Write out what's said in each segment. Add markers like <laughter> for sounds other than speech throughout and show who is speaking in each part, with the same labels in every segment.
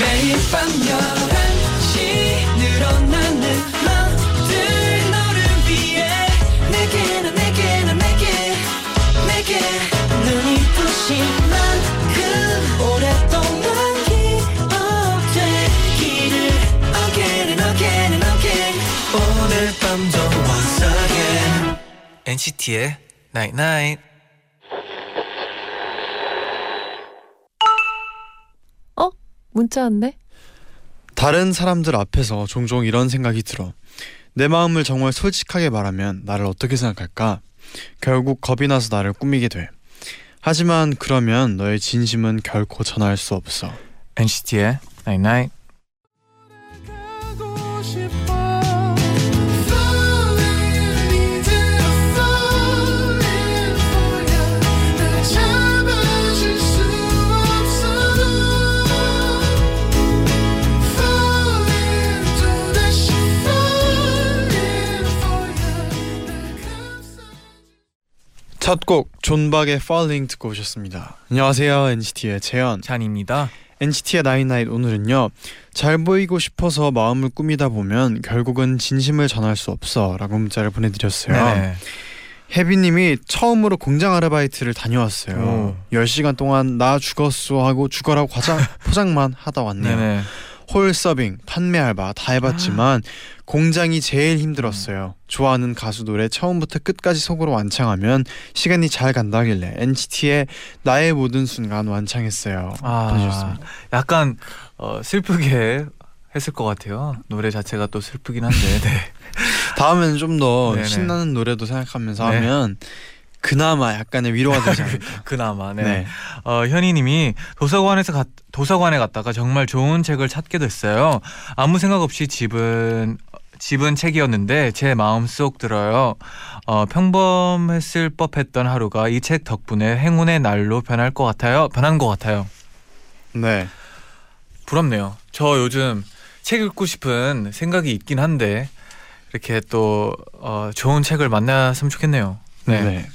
Speaker 1: 매일 밤 11시 늘어나는 맘들 너를 위해 내게 난 내게 난 내게 내게 눈이 부신 만큼 그 오랫동안 기억되기를 Again and again and again 오늘 밤도 once again
Speaker 2: NCT의 Night Night.
Speaker 3: 어? 문자 왔네?
Speaker 4: 다른 사람들 앞에서 종종 이런 생각이 들어. 내 마음을 정말 솔직하게 말하면 나를 어떻게 생각할까? 결국 겁이 나서 나를 꾸미게 돼. 하지만 그러면 너의 진심은 결코 전할 수 없어.
Speaker 2: NCT의 Night Night.
Speaker 1: 가고 싶어 Falling into a falling for you 날 잡아줄 수 없어 Falling 또 다시 falling for you 날 감싸
Speaker 4: 첫 곡 존박의 Falling 듣고 오셨습니다. 안녕하세요 NCT의 재현.
Speaker 2: 찬입니다.
Speaker 4: NCT의 나인나잇 오늘은요 잘 보이고 싶어서 마음을 꾸미다 보면 결국은 진심을 전할 수 없어라고 문자를 보내드렸어요.
Speaker 2: 네네.
Speaker 4: 혜비님이 처음으로 공장 아르바이트를 다녀왔어요.
Speaker 2: 오.
Speaker 4: 10시간 동안 나 죽었어 하고 죽어라고 <laughs> 과장 포장만 하다 왔네요.
Speaker 2: 네네.
Speaker 4: 홀 서빙, 판매 알바 다 해봤지만 공장이 제일 힘들었어요. 좋아하는 가수 노래 처음부터 끝까지 속으로 완창하면 시간이 잘 간다길래 NCT의 나의 모든 순간 완창했어요.
Speaker 2: 아.
Speaker 4: 보내주셨습니다.
Speaker 2: 약간 어, 슬프게 했을 것 같아요. 노래 자체가 또 슬프긴
Speaker 4: <laughs>
Speaker 2: 한데. 네.
Speaker 4: 다음에는 좀 더
Speaker 2: 네네.
Speaker 4: 신나는 노래도 생각하면서
Speaker 2: 네.
Speaker 4: 하면 그나마 약간의 위로가 되지 않을까.
Speaker 2: 그나마. 네.
Speaker 4: <laughs> 네.
Speaker 2: 어, 현희님이 도서관에서 갔, 도서관에 갔다가 정말 좋은 책을 찾게 됐어요. 아무 생각 없이 집은 집은 책이었는데 제 마음 속 들어요. 어, 평범했을 법했던 하루가 이 책 덕분에 행운의 날로 변할 것 같아요. 변한 것 같아요.
Speaker 4: 네.
Speaker 2: 부럽네요. 저 요즘 책 읽고 싶은 생각이 있긴 한데 이렇게 또 어, 좋은 책을 만났으면 좋겠네요. 네.
Speaker 4: 네.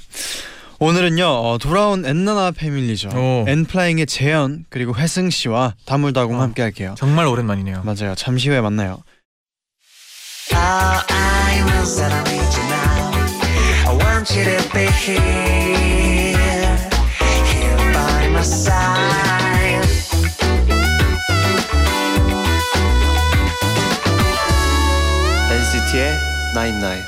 Speaker 4: 오늘은요 어, 돌아온 엔나나 패밀리죠.
Speaker 2: 오.
Speaker 4: 엔플라잉의 재현 그리고 회승 씨와 다물다공
Speaker 2: 어.
Speaker 4: 함께할게요.
Speaker 2: 정말 오랜만이네요.
Speaker 4: 맞아요. 잠시 후에 만나요.
Speaker 5: Oh, I will settle with you now. I want you to be here, here by my side.
Speaker 6: NCT의 나인나인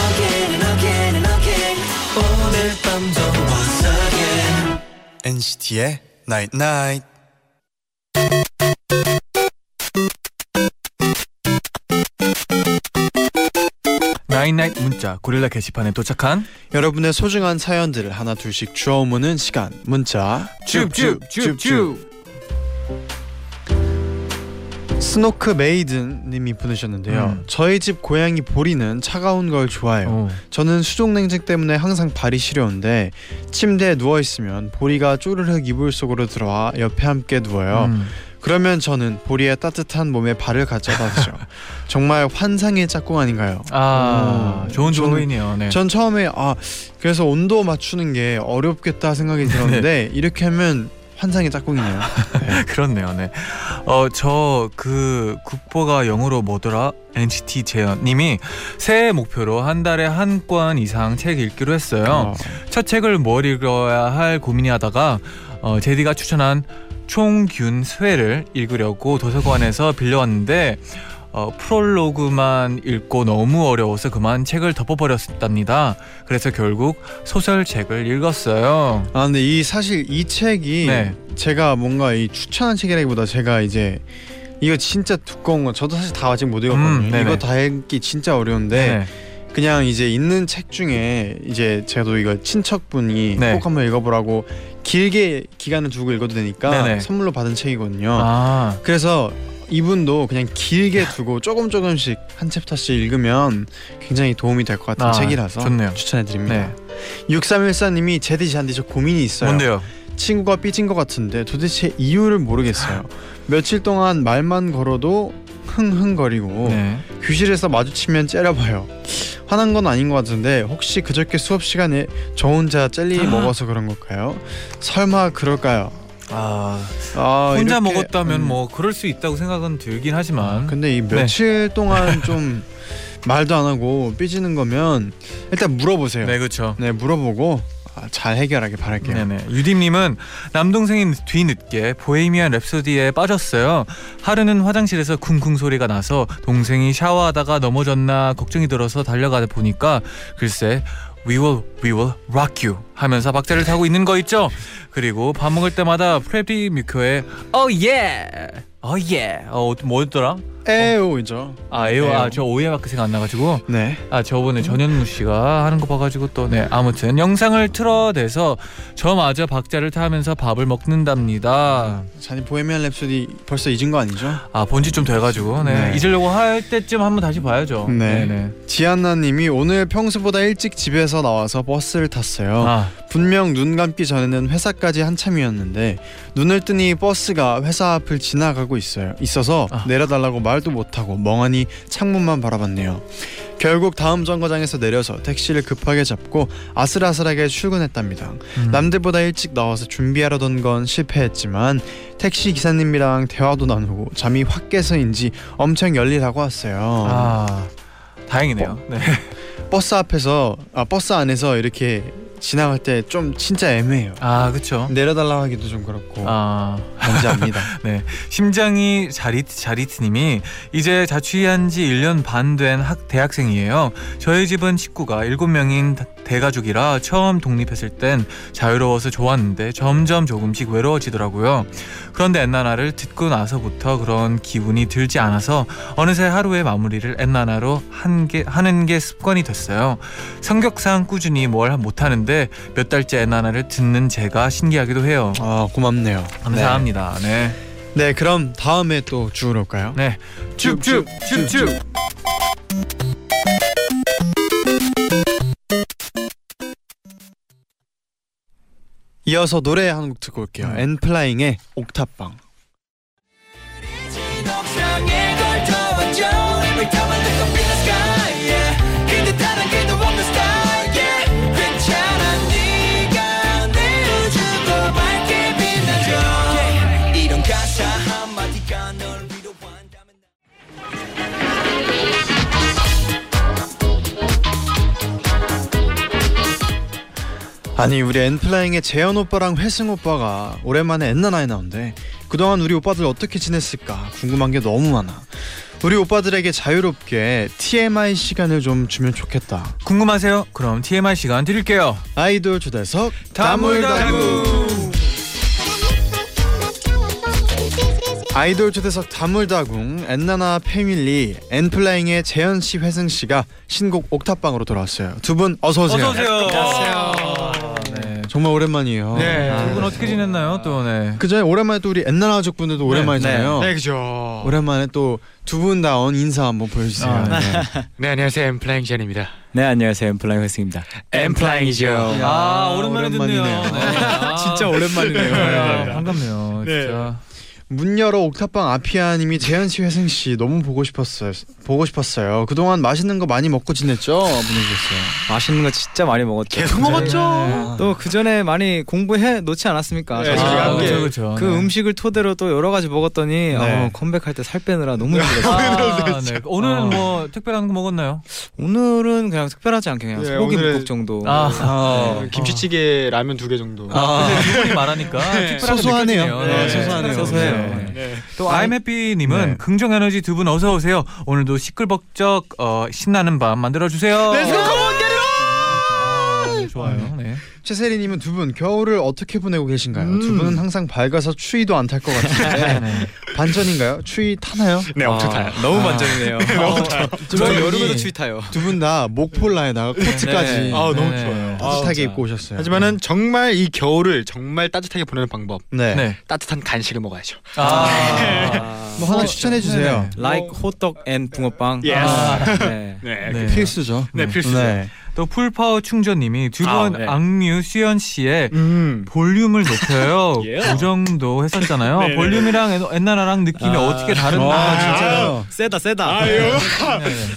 Speaker 1: Again and again and again 오늘 밤도 once again
Speaker 4: NCT의 나이트 나이트.
Speaker 2: 나인나잇 문자 고릴라 게시판에 도착한
Speaker 4: 여러분의 소중한 사연들을 하나 둘씩 주워오는 시간. 문자
Speaker 2: 줍줍줍줍
Speaker 4: 스노크 메이든님이 보내셨는데요.
Speaker 2: 음.
Speaker 4: 저희 집 고양이 보리는 차가운 걸 좋아해요.
Speaker 2: 어.
Speaker 4: 저는 수족냉증 때문에 항상 발이 시려운데 침대에 누워 있으면 보리가 쪼르륵 이불 속으로 들어와 옆에 함께 누워요.
Speaker 2: 음.
Speaker 4: 그러면 저는 보리의 따뜻한 몸에 발을
Speaker 2: <laughs>
Speaker 4: 갖춰다 주죠. 정말 환상의 짝꿍 아닌가요?
Speaker 2: 아
Speaker 4: 음.
Speaker 2: 좋은
Speaker 4: 저는-
Speaker 2: 조언이네요. 네.
Speaker 4: 전 처음에 아 그래서 온도 맞추는 게 어렵겠다 생각이
Speaker 2: 네.
Speaker 4: 들었는데 이렇게 하면 환상의 짝꿍이네요.
Speaker 2: <laughs> 그렇네요. 네. 어저그 국보가 영어로 뭐더라? NCT 재현님이 새해 목표로 한 달에 한 권 이상 책 읽기로 했어요.
Speaker 4: 어.
Speaker 2: 첫 책을 뭘 읽어야 할 고민이 하다가 어, 제디가 추천한 총균쇠를 읽으려고 도서관에서 빌려왔는데 어, 프롤로그만 읽고 너무 어려워서 그만 책을 덮어버렸답니다. 그래서 결국 소설책을 읽었어요.
Speaker 4: 아 근데 이 사실 이 책이
Speaker 2: 네.
Speaker 4: 제가 뭔가 이 추천한 책이라기보다 제가 이제 이거 진짜 두꺼운 거 저도 사실 다 아직 못 읽었거든요.
Speaker 2: 음, 네네. 네.
Speaker 4: 이거 다 읽기 진짜 어려운데 그냥 이제 있는 책 중에 이제 저도 이거 친척분이
Speaker 2: 네.
Speaker 4: 꼭 한번 읽어보라고 길게 기간을 두고 읽어도 되니까
Speaker 2: 네네.
Speaker 4: 선물로 받은 책이거든요.
Speaker 2: 아,
Speaker 4: 그래서 이분도 그냥 길게 두고 조금 조금씩 한 챕터씩 읽으면 굉장히 도움이 될 것 같은
Speaker 2: 아,
Speaker 4: 책이라서
Speaker 2: 좋네요.
Speaker 4: 추천해 드립니다. 6314님이 제디 잔디 저 고민이 있어요.
Speaker 2: 뭔데요?
Speaker 4: 친구가 삐진 것 같은데 도대체 이유를 모르겠어요. 며칠 동안 말만 걸어도 흥흥거리고
Speaker 2: 네.
Speaker 4: 교실에서 마주치면 째려봐요. 화난 건 아닌 것 같은데 혹시 그저께 수업 시간에 저 혼자 젤리 먹어서 그런 걸까요? 설마 그럴까요?
Speaker 2: 아,
Speaker 4: 아,
Speaker 2: 혼자
Speaker 4: 이렇게,
Speaker 2: 먹었다면
Speaker 4: 음, 아,
Speaker 2: 뭐 그럴 수 있다고 생각은 들긴 하지만
Speaker 4: 근데 이
Speaker 2: 네. <laughs>
Speaker 4: 며칠 동안 좀 말도 안 하고 삐지는 거면 일단 물어보세요.
Speaker 2: 네 그렇죠.
Speaker 4: 네, 물어보고 아, 잘 해결하길 바랄게요.
Speaker 2: 네네 유dim님은 남동생이 뒤늦게 보헤미안 랩소디에 빠졌어요. 하루는 화장실에서 쿵쿵 소리가 나서 동생이 샤워하다가 넘어졌나 걱정이 들어서 달려가다 보니까 글쎄 We will, we will rock you 하면서 박자를 타고 있는 거 있죠. 그리고 밥 먹을 때마다 프레디 뮤커의 Oh yeah, Oh yeah, 어 뭐였더라?
Speaker 4: 에오이죠.
Speaker 2: 아 에오 아저 오해밖에 생각 안 나가지고
Speaker 4: 네.
Speaker 2: 아 저번에 전현무 씨가 하는 거 봐가지고 또 네 아무튼 영상을 틀어대서 저마저 박자를 타면서 밥을 먹는답니다.
Speaker 4: 자니 보헤미안 랩소디 벌써 잊은 거 아니죠?
Speaker 2: 아 본지 좀 돼가지고 네,
Speaker 4: 네.
Speaker 2: 잊으려고 할 때쯤 한번 다시 봐야죠.
Speaker 4: 네.
Speaker 2: 네네.
Speaker 4: 지안나님이 오늘 평소보다 일찍 집에서 나와서 버스를 탔어요.
Speaker 2: 아
Speaker 4: 분명 눈 감기 전에는 회사까지 한참이었는데 눈을 뜨니 버스가 회사 앞을 지나가고 있어요. 있어서
Speaker 2: 아.
Speaker 4: 내려달라고 말도 못하고 멍하니 창문만 바라봤네요. 결국 다음 정거장에서 내려서 택시를 급하게 잡고 아슬아슬하게 출근했답니다.
Speaker 2: 음.
Speaker 4: 남들보다 일찍 나와서 준비하려던 건 실패했지만 택시 기사님이랑 대화도 나누고 잠이 확 깨서인지 엄청 열일하고 왔어요.
Speaker 2: 아, 다행이네요. 네.
Speaker 4: 어. 버스 앞에서 아 버스 안에서 이렇게 지나갈 때 좀 진짜 애매해요.
Speaker 2: 아 그쵸.
Speaker 4: 어? 내려달라 하기도 좀 그렇고
Speaker 2: 아
Speaker 4: 뭔지 압니다.
Speaker 2: 심장이 자리트 자리트님이 이제 자취한 지 1년 반 된 학 대학생이에요. 저희 집은 식구가 7명인 대가족이라 처음 독립했을 땐 자유로워서 좋았는데 점점 조금씩 외로워지더라고요. 그런데 엔나나를 듣고 나서부터 그런 기분이 들지 않아서 어느새 하루의 마무리를 엔나나로 한 게 하는 게 습관이 됐어요. 성격상 꾸준히 뭘 못하는데 몇 달째 엔나나를 듣는 제가 신기하기도 해요.
Speaker 4: <laughs> 아 고맙네요.
Speaker 2: 감사합니다. 네.
Speaker 4: 네, 네, 그럼 다음에 또 주우러 올까요?
Speaker 2: 네. 춥춥 춥춥.
Speaker 4: 이어서 노래 한 곡 듣고 올게요.
Speaker 2: 음.
Speaker 4: 엔플라잉의 옥탑방.
Speaker 1: 옥상에 걸터왔죠 We come and look up in the sky yeah. 근데 다른 길도 없는 style yeah. 괜찮아 네가 내어주고 밝게 빛나줘 yeah. 이런 가사 한마디가 널 위로한다면
Speaker 4: 아니 우리 엔플라잉의 재현 오빠랑 회승 오빠가 오랜만에 엔나나에 나온대. 그동안 우리 오빠들 어떻게 지냈을까 궁금한 게 너무 많아. 우리 오빠들에게 자유롭게 TMI 시간을 좀 주면 좋겠다.
Speaker 2: 궁금하세요? 그럼 TMI 시간 드릴게요.
Speaker 4: 아이돌 초대석
Speaker 2: 다물다구.
Speaker 4: 아이돌 초대석 다물다궁 엔나나 패밀리 엔플라잉의 재현 씨, 회승 씨가 신곡 옥탑방으로 돌아왔어요. 두 분 어서 오세요.
Speaker 2: 어서 오세요.
Speaker 4: 네, 정말 오랜만이에요.
Speaker 6: 네.
Speaker 4: 아,
Speaker 2: 두분 어떻게 지냈나요? 또 네.
Speaker 4: 그 전에 오랜만에 또 우리 엔나나 가족분들도 오랜만이잖아요.
Speaker 6: 네, 그죠.
Speaker 4: 오랜만에 또 두 분 나온 인사 한번 보여주세요.
Speaker 2: 아, 네.
Speaker 4: 네.
Speaker 6: 네, 안녕하세요. 엠플라잉 젠입니다.
Speaker 7: 네 안녕하세요 엠플라잉 회승입니다.
Speaker 6: 엠플라잉이죠.
Speaker 4: 야,
Speaker 2: 아, 오랜만에 듣네요.
Speaker 4: 오랜만이네요.
Speaker 2: 네. 아,
Speaker 7: 진짜 오랜만이네요.
Speaker 2: 아, 반갑네요.
Speaker 6: 네.
Speaker 2: 진짜.
Speaker 4: 문 열어 옥탑방 아피아님이 재현 씨, 회승 씨 너무 보고 싶었어요. 보고 싶었어요. 그동안 맛있는 거 많이 먹고 지냈죠? 보내주셨어요. 네.
Speaker 7: 맛있는 거 진짜 많이 먹었죠.
Speaker 6: 계속 먹었죠.
Speaker 7: 또그 전에 많이 공부해 놓지 않았습니까?
Speaker 6: 네,
Speaker 7: 저희가?
Speaker 6: 아, 함께.
Speaker 2: 그렇죠. 그렇죠.
Speaker 7: 그 음식을 토대로 또 여러 가지 먹었더니 어, 컴백할 때 살 빼느라 너무 힘들었어요.
Speaker 2: 아, 네. 오늘은
Speaker 7: 어.
Speaker 2: 뭐 특별한 거 먹었나요?
Speaker 7: 오늘은 그냥 특별하지 않게 그냥
Speaker 6: 네,
Speaker 7: 소고기
Speaker 6: 오늘은-
Speaker 7: 묵국 정도.
Speaker 2: 아,
Speaker 6: 네, 김치찌개 라면 두 개 정도.
Speaker 2: 아, 근데 두 분이 말하니까 특별한
Speaker 4: 소소하네요.
Speaker 2: 느껴지네요.
Speaker 4: 네,
Speaker 2: 네.
Speaker 4: 소소하네요. 네.
Speaker 7: 소소해요.
Speaker 2: 네.
Speaker 6: 네.
Speaker 2: 또 I'm happy님은 긍정 에너지 두 분 어서 오세요. 오늘도 시끌벅적 어, 신나는 밤 만들어 주세요.
Speaker 4: 네.
Speaker 2: 좋아요. 네.
Speaker 4: 최세리님은 두 분 겨울을 어떻게 보내고 계신가요? 두 분은 항상 밝아서 추위도 안 탈 것 같은데 반전인가요? 추위 타나요?
Speaker 6: 네, 엄청 타요.
Speaker 7: 너무
Speaker 6: 어.
Speaker 7: 반전이네요. 저
Speaker 2: 저희-
Speaker 7: 여름에도 추위 타요.
Speaker 4: 두 분 다 목폴라에다가 코트까지
Speaker 7: 네.
Speaker 6: 아, 너무
Speaker 2: 네.
Speaker 6: 좋아요.
Speaker 4: 따뜻하게
Speaker 7: 아,
Speaker 4: 입고 오셨어요.
Speaker 6: 하지만은 정말 이 겨울을 정말 따뜻하게 보내는 방법.
Speaker 4: 네.
Speaker 2: 네.
Speaker 6: 따뜻한 간식을 먹어야죠.
Speaker 2: 아.
Speaker 7: 아,
Speaker 4: 뭐 하나 추천해 주세요.
Speaker 2: 네네.
Speaker 6: 예.
Speaker 7: like 호떡 and 붕어빵.
Speaker 6: Yes. <laughs>
Speaker 7: 아, 네.
Speaker 6: 네.
Speaker 2: 네.
Speaker 4: 필수죠.
Speaker 6: 네, 필수죠.
Speaker 4: 네.
Speaker 2: 또 풀파워 충전님이 두
Speaker 6: 아,
Speaker 2: 분
Speaker 6: 네.
Speaker 2: 악뮤 수현 씨의
Speaker 6: 음.
Speaker 2: 볼륨을
Speaker 6: <laughs>
Speaker 2: 높여요.
Speaker 6: 예.
Speaker 2: 그 정도 했었잖아요.
Speaker 6: <laughs> 네네.
Speaker 2: 볼륨이랑 옛- 옛날이랑 느낌이
Speaker 7: 아.
Speaker 2: 어떻게 다른가.
Speaker 4: 아,
Speaker 6: 진짜요?
Speaker 7: 세다 세다.
Speaker 6: 아유.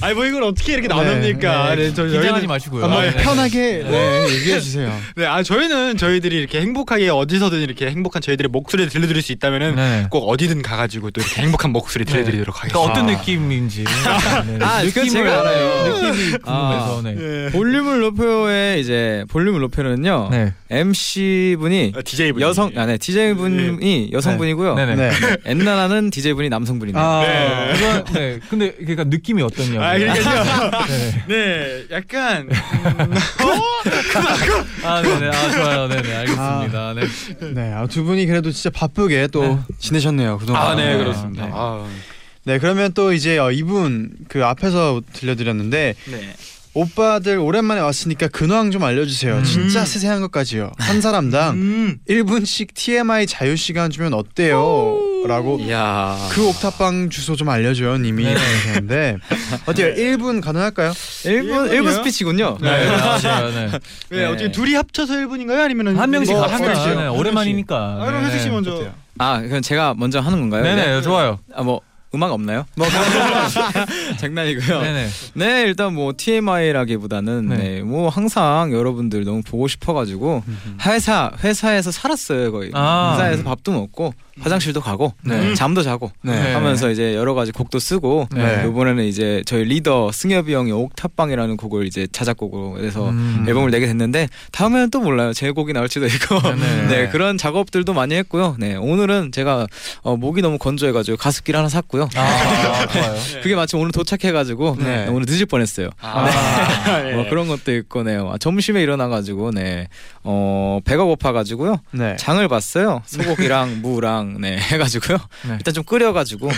Speaker 6: 아니 뭐 이걸 어떻게 이렇게 나눕니까? 네, 저
Speaker 2: 긴장하지
Speaker 6: 저희는
Speaker 2: 마시고요.
Speaker 4: 한번
Speaker 6: 네.
Speaker 4: 아, 편하게 네, 얘기해 주세요.
Speaker 6: 네, 아 저희는 저희들이 이렇게 행복하게 어디서든 이렇게 행복한 저희들의 목소리를 들려드릴 수 있다면은
Speaker 2: 네.
Speaker 6: 꼭 어디든 가가지고 또 이렇게 행복한 목소리 들려드리도록
Speaker 2: 그러니까
Speaker 6: 하겠습니다.
Speaker 2: 어떤 <laughs> 느낌인지. 네,
Speaker 7: 아,
Speaker 2: 느낌을-
Speaker 7: 그건 제가 알아요.
Speaker 2: 느낌이 궁금해서.
Speaker 7: 아.
Speaker 2: 네.
Speaker 7: 볼륨을 높여요의 이제 볼륨을 높여요는요.
Speaker 2: 네.
Speaker 7: MC 분이
Speaker 6: DJ 분
Speaker 7: 여성 아네 DJ 분이 여성분이고요.
Speaker 2: 네네.
Speaker 4: 네.
Speaker 7: 엔나나는 DJ 분이 남성분입니다.
Speaker 4: 아,
Speaker 6: 네.
Speaker 2: 그건, 네. 근데 그러니까 느낌이 어떠냐고.
Speaker 6: 아 그러니까요.
Speaker 2: 네.
Speaker 6: 네, 약간 음,
Speaker 2: 아, 네네. 아, 좋아요. 네네. 알겠습니다. 네.
Speaker 4: 네, 아, 두 분이 그래도 진짜 바쁘게 또 지내셨네요 그동안.
Speaker 6: 아, 네,
Speaker 2: 아,
Speaker 6: 그렇습니다.
Speaker 2: 네.
Speaker 6: 아,
Speaker 4: 네, 그러면 또 이제 어, 이분 그 앞에서 들려드렸는데
Speaker 6: 네.
Speaker 4: 오빠들 오랜만에 왔으니까 근황 좀 알려주세요. 진짜 세세한 것까지요. 한 사람당
Speaker 6: 음.
Speaker 4: 1분씩 TMI 자유 시간 주면 어때요? 라고
Speaker 6: 야.
Speaker 4: 그 옥탑방 주소 좀 알려줘요 님이
Speaker 2: 네.
Speaker 6: <laughs>
Speaker 4: 그러셨는데 어때요?
Speaker 6: 네.
Speaker 4: 1분 가능할까요?
Speaker 7: 1분 1분
Speaker 6: 일본이요?
Speaker 7: 스피치군요.
Speaker 2: 네. 아, 좋아요. 네.
Speaker 6: 네,
Speaker 7: 네.
Speaker 6: 어떻게 둘이 합쳐서 1분인가요? 아니면은
Speaker 2: 한 명씩
Speaker 6: 뭐,
Speaker 2: 갑시다.
Speaker 6: 한 명씩요?
Speaker 2: 네, 오랜만이니까.
Speaker 6: 아, 그럼
Speaker 2: 네네.
Speaker 6: 혜식 씨 먼저.
Speaker 4: 어때요?
Speaker 7: 아, 그럼 제가 먼저 하는 건가요?
Speaker 2: 네네. 좋아요.
Speaker 7: 아뭐 음악 없나요?
Speaker 2: <laughs>
Speaker 4: 뭐
Speaker 7: <laughs> 장난이고요. 네.
Speaker 2: 네네.
Speaker 7: 일단 뭐 TMI라기보다는
Speaker 2: 네.
Speaker 7: 네. 뭐 항상 여러분들 너무 보고 싶어가지고 회사 회사에서 살았어요 거의.
Speaker 2: 아.
Speaker 7: 회사에서 밥도 먹고 화장실도 가고
Speaker 2: 네.
Speaker 7: 잠도 자고
Speaker 2: 네.
Speaker 7: 하면서 이제 여러 가지 곡도 쓰고
Speaker 2: 네.
Speaker 7: 이번에는 이제 저희 리더 승엽이 형이 옥탑방이라는 곡을 이제 자작곡으로 해서
Speaker 2: 음.
Speaker 7: 앨범을 내게 됐는데 다음에는 또 몰라요 제 곡이 나올지도 있고
Speaker 2: 네네.
Speaker 7: <laughs> 네. 그런 작업들도 많이 했고요 네 오늘은 제가 어, 목이 너무 건조해가지고 가습기를 하나 샀고요
Speaker 2: 아, 좋아요.
Speaker 7: 그게 마침 오늘 도착해가지고
Speaker 4: 네.
Speaker 7: 네, 오늘 늦을 뻔했어요
Speaker 6: 아, 네.
Speaker 7: 뭐 그런 것도 있고 네요 아, 점심에 일어나가지고 네 어, 배가 고파가지고요
Speaker 4: 네.
Speaker 7: 장을 봤어요. 소고기랑 무랑 네 해가지고요.
Speaker 2: 네.
Speaker 7: 일단 좀 끓여가지고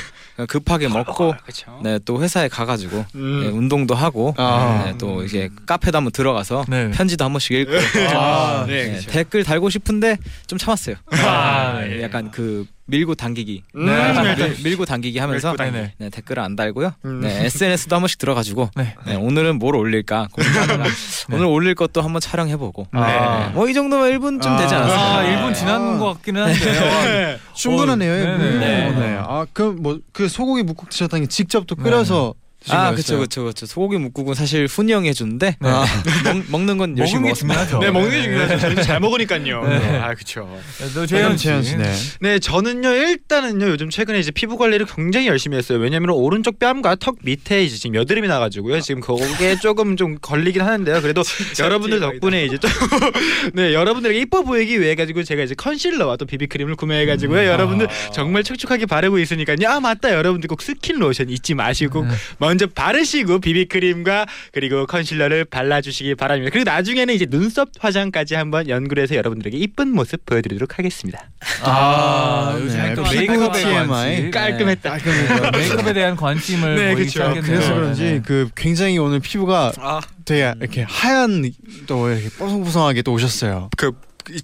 Speaker 7: 급하게 먹고
Speaker 6: 그렇죠.
Speaker 7: 네 또 회사에 가가지고
Speaker 6: 음.
Speaker 7: 네, 운동도 하고
Speaker 4: 아.
Speaker 7: 네, 또 이제 카페도 한번 들어가서
Speaker 2: 네.
Speaker 7: 편지도 한 번씩 읽고
Speaker 4: 아,
Speaker 6: 네,
Speaker 7: 네,
Speaker 6: 그쵸.
Speaker 7: 댓글 달고 싶은데 좀 참았어요.
Speaker 2: 아,
Speaker 7: 네,
Speaker 6: 예.
Speaker 7: 약간 그 밀고 당기기
Speaker 6: 음,
Speaker 7: 네, 약간
Speaker 6: 일단
Speaker 7: 밀, 고 당기기 하면서
Speaker 6: 밀고 당기기.
Speaker 7: 네, 네, 댓글을 안 달고요.
Speaker 6: 음.
Speaker 7: 네, SNS도 한 번씩 들어가지고
Speaker 2: 네.
Speaker 7: 네, 오늘은 뭘 올릴까 고민하다가 <laughs> 오늘 올릴 것도 한번 촬영해보고
Speaker 4: 아.
Speaker 7: 뭐 이 정도면 1분 좀 되지 않았을까?
Speaker 2: 아,
Speaker 4: 네.
Speaker 2: 1분 지난 것 같기는 한데.
Speaker 6: 네.
Speaker 4: 충분하네요.
Speaker 2: 어,
Speaker 4: 이분.
Speaker 2: 네네.
Speaker 4: 네.
Speaker 2: 네.
Speaker 4: 아, 그럼 뭐 그 소고기 묵국 드셨다는 게 직접 또 끓여서 드신
Speaker 7: 아,
Speaker 4: 거였어요?
Speaker 7: 그쵸, 그쵸, 그쵸. 소고기 묵국은 사실 훈이 형이 해주는데
Speaker 2: 네.
Speaker 7: 먹, 는건 열심히
Speaker 2: 먹은 게
Speaker 7: 먹었습니다.
Speaker 2: 중요하죠.
Speaker 6: 네, 먹는 게 중요하죠. 저희도 잘 먹으니까요.
Speaker 2: 네.
Speaker 6: 네. 아, 그렇죠.
Speaker 2: 또
Speaker 4: 재현
Speaker 2: 재현 씨.
Speaker 4: 재현 씨. 네.
Speaker 6: 네, 저는요 일단은요 요즘 최근에 이제 피부 관리를 굉장히 열심히 했어요. 왜냐면 오른쪽 뺨과 턱 밑에 이제 지금 여드름이 나가지고요. 지금 거기에 조금 좀 걸리긴 하는데요. 그래도 <laughs> 여러분들 덕분에 이제 <laughs> 좀네 여러분들에게 이뻐 보이기 위해 가지고 제가 이제 컨실러와 또 비비크림을 구매해가지고요. 여러분들 정말 촉촉하게 바르고 있으니까요. 아 맞다, 여러분들 꼭 스킨 로션 잊지 마시고 먼저 바르시고 비비크림과 그리고 컨실러를 발라주시기 바랍니다. 그리고 나중에는 이제 눈썹 화장까지 한번 연구를 해서 여러분들에게 이쁜 모습 보여드리도록 하겠습니다.
Speaker 2: 아,
Speaker 4: 아,
Speaker 2: 요즘에
Speaker 4: 네.
Speaker 2: 또
Speaker 4: 피부
Speaker 2: 메이크업에
Speaker 4: TMI.
Speaker 6: 네.
Speaker 2: 관심.
Speaker 6: 깔끔했다.
Speaker 2: 네. <laughs> 메이크업에 대한 관심을 뭐
Speaker 6: 네,
Speaker 2: 보이기
Speaker 6: 그쵸.
Speaker 2: 시작했네요.
Speaker 4: 그래서 그런지
Speaker 2: 네.
Speaker 4: 그 굉장히 오늘 피부가
Speaker 6: 아.
Speaker 4: 되게 이렇게 하얀 또 이렇게 뽀송뽀송하게 또 오셨어요.
Speaker 6: 그,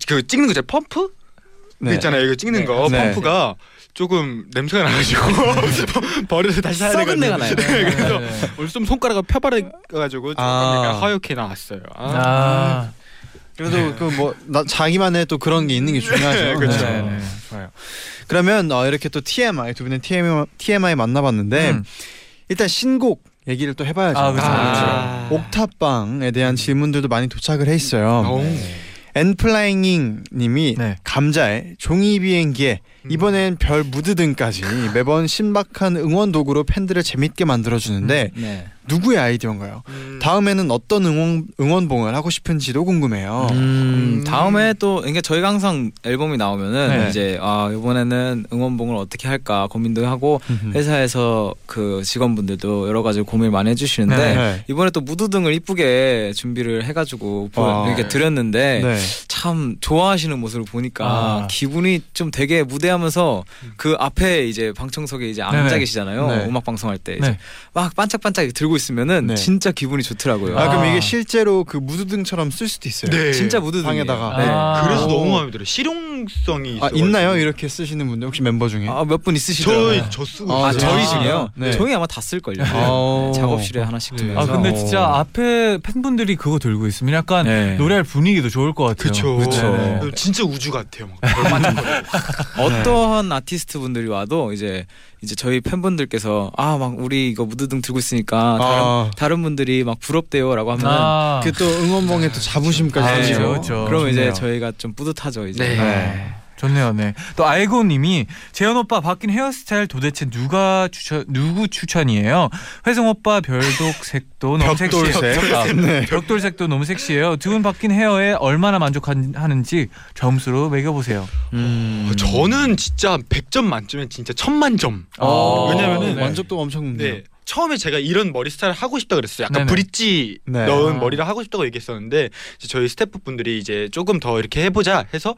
Speaker 6: 그 찍는 거죠 펌프
Speaker 4: 네.
Speaker 6: 있잖아요 이거 찍는 거
Speaker 4: 네.
Speaker 6: 펌프가 조금 냄새가 나가지고 <laughs> 버려서 다시 사야
Speaker 7: 썩은
Speaker 6: 되거든요.
Speaker 7: 내가 나요.
Speaker 6: 네, 그래서
Speaker 2: 네.
Speaker 6: 오늘 좀 손가락을 펴바르가지고 조금
Speaker 4: 아.
Speaker 6: 약간 허옇게 나왔어요. 아.
Speaker 2: 아,
Speaker 4: 그래도 그 뭐 자기만의 또 그런 게 있는 게 중요하죠.
Speaker 6: 네,
Speaker 2: 그렇죠.
Speaker 6: 그쵸.
Speaker 4: 네, 네.
Speaker 6: 좋아요.
Speaker 4: 그러면 어, 이렇게 또 TMI 두 분의 TMI, TMI 만나봤는데
Speaker 2: 음.
Speaker 4: 일단 신곡 얘기를 또 해봐야죠.
Speaker 2: 아, 그쵸,
Speaker 6: 아. 그쵸.
Speaker 4: 옥탑방에 대한 질문들도 많이 도착을 했어요.
Speaker 6: 오.
Speaker 4: 엔플라잉잉님이
Speaker 2: 네.
Speaker 4: 감자에 종이 비행기에 이번엔 별 무드 등까지 매번 신박한 응원 도구로 팬들을 재밌게 만들어주는데
Speaker 7: 네.
Speaker 4: 누구의 아이디어인가요? 다음에는 어떤 응원 응원봉을 하고 싶은지도 궁금해요.
Speaker 7: 음, 다음에 또 그러니까 저희가 항상 앨범이 나오면은
Speaker 2: 네.
Speaker 7: 이제 아 이번에는 응원봉을 어떻게 할까 고민도 하고 회사에서 그 직원분들도 여러 가지 고민 많이 해주시는데
Speaker 2: 네.
Speaker 7: 이번에 또 무드 등을 이쁘게 준비를 해가지고 보여-
Speaker 4: 아.
Speaker 7: 이렇게 드렸는데
Speaker 4: 네.
Speaker 7: 참 좋아하시는 모습을 보니까
Speaker 2: 아.
Speaker 7: 기분이 좀 되게 무대하면서 그 앞에 이제 방청석에 이제 앉아
Speaker 2: 네네.
Speaker 7: 계시잖아요.
Speaker 2: 네.
Speaker 7: 음악 방송할 때 이제
Speaker 2: 네.
Speaker 7: 막 반짝반짝 들고 있으면은
Speaker 4: 네.
Speaker 7: 진짜 기분이 좋더라고요.
Speaker 4: 아, 그럼
Speaker 2: 아.
Speaker 4: 이게 실제로 그 무드등처럼 쓸 수도 있어요.
Speaker 6: 네.
Speaker 7: 진짜 무드등이에요.
Speaker 4: 방에다가.
Speaker 7: 네.
Speaker 2: 아.
Speaker 6: 그래서
Speaker 4: 오.
Speaker 6: 너무 마음에 들어요.
Speaker 4: 아
Speaker 6: 실용성이 있어가지고.
Speaker 4: 있나요 이렇게 쓰시는 분들 혹시 멤버 중에?
Speaker 7: 아, 몇 분 있으시더라고요.
Speaker 6: 저저 쓰고
Speaker 4: 아,
Speaker 7: 아,
Speaker 6: 있어요.
Speaker 7: 저희
Speaker 4: 아.
Speaker 7: 중에요.
Speaker 4: 네.
Speaker 7: 저희 아마 네. 다 쓸 걸요.
Speaker 4: 아.
Speaker 7: 작업실에 하나씩 두면서.
Speaker 2: 아 근데
Speaker 4: 어.
Speaker 2: 진짜 앞에 팬분들이 그거 들고 있으면 약간
Speaker 7: 네.
Speaker 2: 노래할 분위기도 좋을 것 같아요.
Speaker 6: 그쵸.
Speaker 7: 그쵸.
Speaker 2: 네네.
Speaker 6: 네. 진짜 우주 같아요. 막.
Speaker 7: 어떠한 아티스트 분들이 와도 이제 이제 저희 팬분들께서 아 막 우리 이거 무드등 들고 있으니까 다른,
Speaker 4: 아.
Speaker 7: 다른 분들이 막 부럽대요라고 하면
Speaker 2: 아,
Speaker 4: 그 또 응원봉에 또 자부심까지
Speaker 7: 아,
Speaker 4: 생기고.
Speaker 7: 그렇죠,
Speaker 2: 그렇죠.
Speaker 7: 그럼 이제
Speaker 4: 좋네요.
Speaker 7: 저희가 좀 뿌듯하죠 이제.
Speaker 6: 네.
Speaker 4: 네.
Speaker 2: 좋네요, 네. 또 아이고님이 재현 오빠 바뀐 헤어스타일 도대체 누가 추천 누구 추천이에요? 회성 오빠 별독색도 너무 섹시해요.
Speaker 4: 벽돌색.
Speaker 2: 아,
Speaker 7: 네.
Speaker 2: 벽돌색도 너무 섹시해요. 두 분 바뀐 헤어에 얼마나 만족하는지 점수로 매겨보세요.
Speaker 4: 음.
Speaker 6: 저는 진짜 100점 만점에 진짜 천만 점.
Speaker 2: 아,
Speaker 6: 왜냐면은
Speaker 2: 네.
Speaker 4: 어, 만족도가 엄청 높네요.
Speaker 6: 네. 처음에 제가 이런 머리 스타일 하고 싶다 그랬어요. 약간
Speaker 2: 네네.
Speaker 6: 브릿지
Speaker 4: 네.
Speaker 2: 아.
Speaker 6: 넣은 머리를 하고 싶다고 얘기했었는데 이제 저희 스태프분들이 이제 조금 더 이렇게 해보자 해서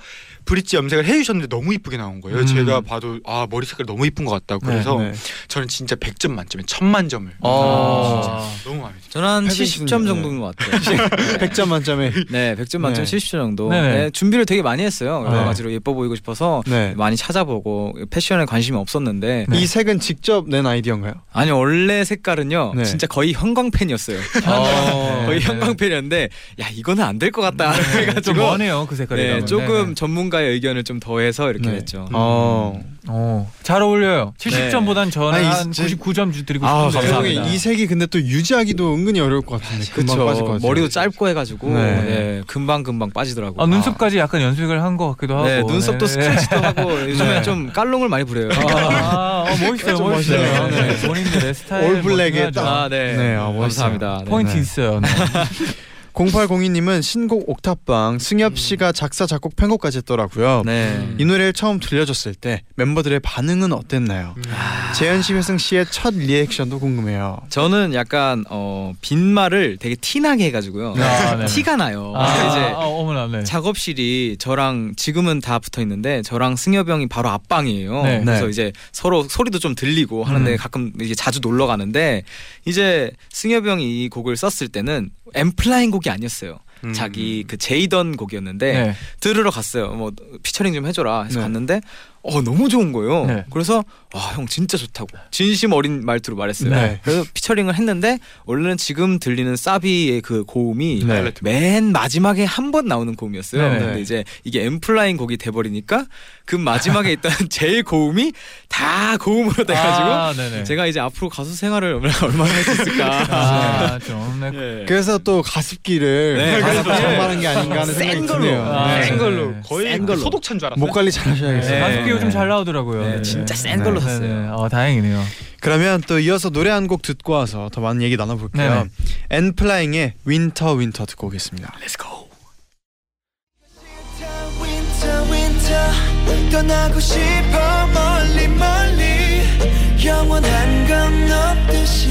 Speaker 6: 브릿지 염색을 해주셨는데 너무 이쁘게 나온 거예요.
Speaker 2: 음.
Speaker 6: 제가 봐도 아 머리 색깔 너무 이쁜 것 같다고
Speaker 2: 네,
Speaker 6: 그래서
Speaker 4: 네.
Speaker 6: 저는 진짜 100점 만점에 천만 점을
Speaker 7: 아.
Speaker 6: 진짜 너무 마음에 들어요.
Speaker 7: 저는 한
Speaker 4: 패기
Speaker 7: 70점
Speaker 4: 있습니다.
Speaker 7: 정도인 것 같아요. <laughs>
Speaker 4: 100점 만점에.
Speaker 7: 네, 100점 만점
Speaker 4: 네.
Speaker 7: 70점 정도.
Speaker 2: 네네.
Speaker 7: 네, 준비를 되게 많이 했어요. 여러
Speaker 4: 네.
Speaker 7: 가지로 예뻐 보이고 싶어서
Speaker 4: 네.
Speaker 7: 많이 찾아보고 패션에 관심이 없었는데
Speaker 4: 이 색은 직접 낸 아이디어인가요?
Speaker 7: 아니 원래 색깔은요
Speaker 4: 네.
Speaker 7: 진짜 거의 형광펜이었어요.
Speaker 2: 어.
Speaker 7: 아, 거의
Speaker 2: 네.
Speaker 7: 형광펜이었는데 야 이거는 안 될 것 같다. <laughs>
Speaker 2: 좀
Speaker 7: 그래가지고
Speaker 2: 머네요 그 색깔이.
Speaker 7: 네,
Speaker 2: 그러면.
Speaker 7: 조금
Speaker 2: 네.
Speaker 7: 전문가의 의견을 좀 더해서 이렇게
Speaker 4: 네.
Speaker 7: 했죠.
Speaker 4: 어.
Speaker 2: 어, 잘 어울려요.
Speaker 7: 네.
Speaker 2: 70점보단 저는
Speaker 4: 아니,
Speaker 2: 한
Speaker 4: 이제-
Speaker 2: 99점 주- 드리고
Speaker 4: 아,
Speaker 2: 싶은데.
Speaker 7: 감사합니다.
Speaker 4: 감사합니다. 이 색이 근데 또 유지하기도 은근히 어려울 것 같은데. 금방 빠질 것
Speaker 7: 그렇죠.
Speaker 4: 같아요.
Speaker 7: 머리도 짧고 해가지고
Speaker 4: 네.
Speaker 7: 네. 금방 금방 빠지더라고요.
Speaker 2: 아, 눈썹까지 약간 연습을 한 것 같기도 하고.
Speaker 7: 네, 눈썹도
Speaker 2: 네.
Speaker 7: 스크래치도 하고 요즘에 좀 깔롱을 많이 부려요.
Speaker 2: 아, 어, 멋있어요,
Speaker 4: 좀
Speaker 2: 멋있어요.
Speaker 4: 멋있네요.
Speaker 2: 네, 본인들의 스타일.
Speaker 4: 올 블랙에
Speaker 2: 멋있어야죠.
Speaker 4: 딱.
Speaker 7: <laughs> 아, 네.
Speaker 4: 네, 아, 멋있어요.
Speaker 7: 감사합니다. 네.
Speaker 2: 포인트
Speaker 4: 네.
Speaker 2: 있어요. 네.
Speaker 4: 0802님은 신곡 옥탑방 승엽 씨가 작사 작곡 편곡까지 했더라고요.
Speaker 7: 음. 네.
Speaker 4: 이 노래를 처음 들려줬을 때 멤버들의 반응은 어땠나요?
Speaker 7: 음.
Speaker 4: 재현 씨, 회승 씨의 첫 리액션도 궁금해요.
Speaker 7: 저는 약간 어, 빈말을 되게 티나게 해가지고요.
Speaker 2: 아, 네.
Speaker 7: 티가 나요.
Speaker 2: 아,
Speaker 7: <laughs> 이제
Speaker 2: 아, 어머나, 네.
Speaker 7: 작업실이 저랑 지금은 다 붙어 있는데 저랑 승엽이 형이 바로 앞방이에요.
Speaker 2: 네.
Speaker 7: 그래서
Speaker 4: 네.
Speaker 7: 이제 서로 소리도 좀 들리고 하는데
Speaker 2: 음.
Speaker 7: 가끔 이제 자주 놀러 가는데 이제 승엽이 형이 이 곡을 썼을 때는 엠플라인 곡이 아니었어요.
Speaker 6: 음.
Speaker 7: 자기 그 제이던 곡이었는데
Speaker 2: 네.
Speaker 7: 들으러 갔어요. 뭐 피처링 좀 해줘라 해서
Speaker 4: 네.
Speaker 7: 갔는데 어 너무 좋은 거예요.
Speaker 2: 네.
Speaker 7: 그래서 아 형 진짜 좋다고 진심 어린 말투로 말했어요.
Speaker 2: 네.
Speaker 7: 그래서 피처링을 했는데 원래는 지금 들리는 사비의 그 고음이
Speaker 4: 네.
Speaker 7: 맨 마지막에 한 번 나오는 고음이었어요.
Speaker 2: 네.
Speaker 7: 근데 이제 이게 앰플라인 곡이 돼버리니까 그 마지막에 있던 <laughs> 제일 고음이 다 고음으로 돼가지고
Speaker 2: 아, 네네.
Speaker 7: 제가 이제 앞으로 가수 생활을 얼마나 얼마나 할 수 있을까.
Speaker 2: 아, 좀. 네.
Speaker 7: 예.
Speaker 4: 그래서 또 가습기를
Speaker 7: 네,
Speaker 4: 가습기
Speaker 7: 가습기를
Speaker 4: 장만한 게 아닌가 하는 생각이
Speaker 7: 센 걸로.
Speaker 4: 드네요.
Speaker 2: 아,
Speaker 4: 네.
Speaker 6: 센 걸로
Speaker 2: 네.
Speaker 6: 거의
Speaker 7: 센 걸로.
Speaker 6: 소독차인 줄 알았어요.
Speaker 4: 목 관리 잘 하셔야겠어요.
Speaker 7: 네.
Speaker 2: 가습기 요즘 잘 나오더라고요.
Speaker 7: 네, 진짜 센 걸로 샀어요.
Speaker 2: 네. 어, 다행이네요.
Speaker 4: 그러면 또 이어서 노래 한 곡 듣고 와서 더 많은 얘기 나눠볼게요.
Speaker 2: 네네.
Speaker 4: 엔플라잉의 윈터 윈터 듣고 오겠습니다.
Speaker 1: Winter, winter, 떠나고 싶어 멀리 멀리 영원한 건 없듯이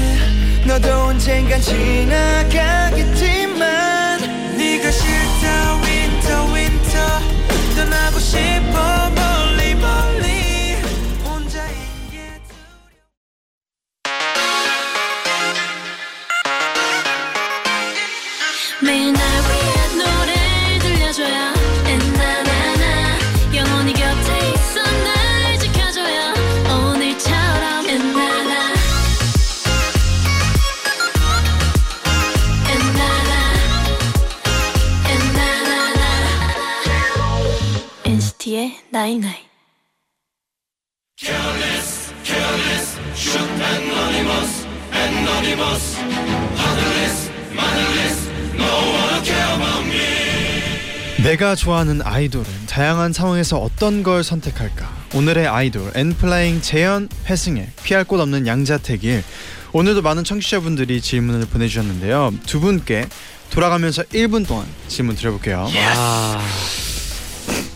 Speaker 1: 너도 언젠간 지나가겠지만 네가 싫다 winter, winter 떠나고 싶어 멀리 멀리 혼자인 게 두려워
Speaker 8: 매일 날 위한 노래를 들려줘요 엔나나나 영원히 곁에 있어 날 지켜줘요 오늘처럼 엔나나 엔나나 엔나나나 NCT의 나잇나잇
Speaker 4: 내가 좋아하는 아이돌은 다양한 상황에서 어떤 걸 선택할까? 오늘의 아이돌 엔플라잉 재현 회승의 피할 곳 없는 양자택일 오늘도 많은 청취자분들이 질문을 보내주셨는데요 두 분께 돌아가면서 1분 동안 질문 드려볼게요
Speaker 7: 아,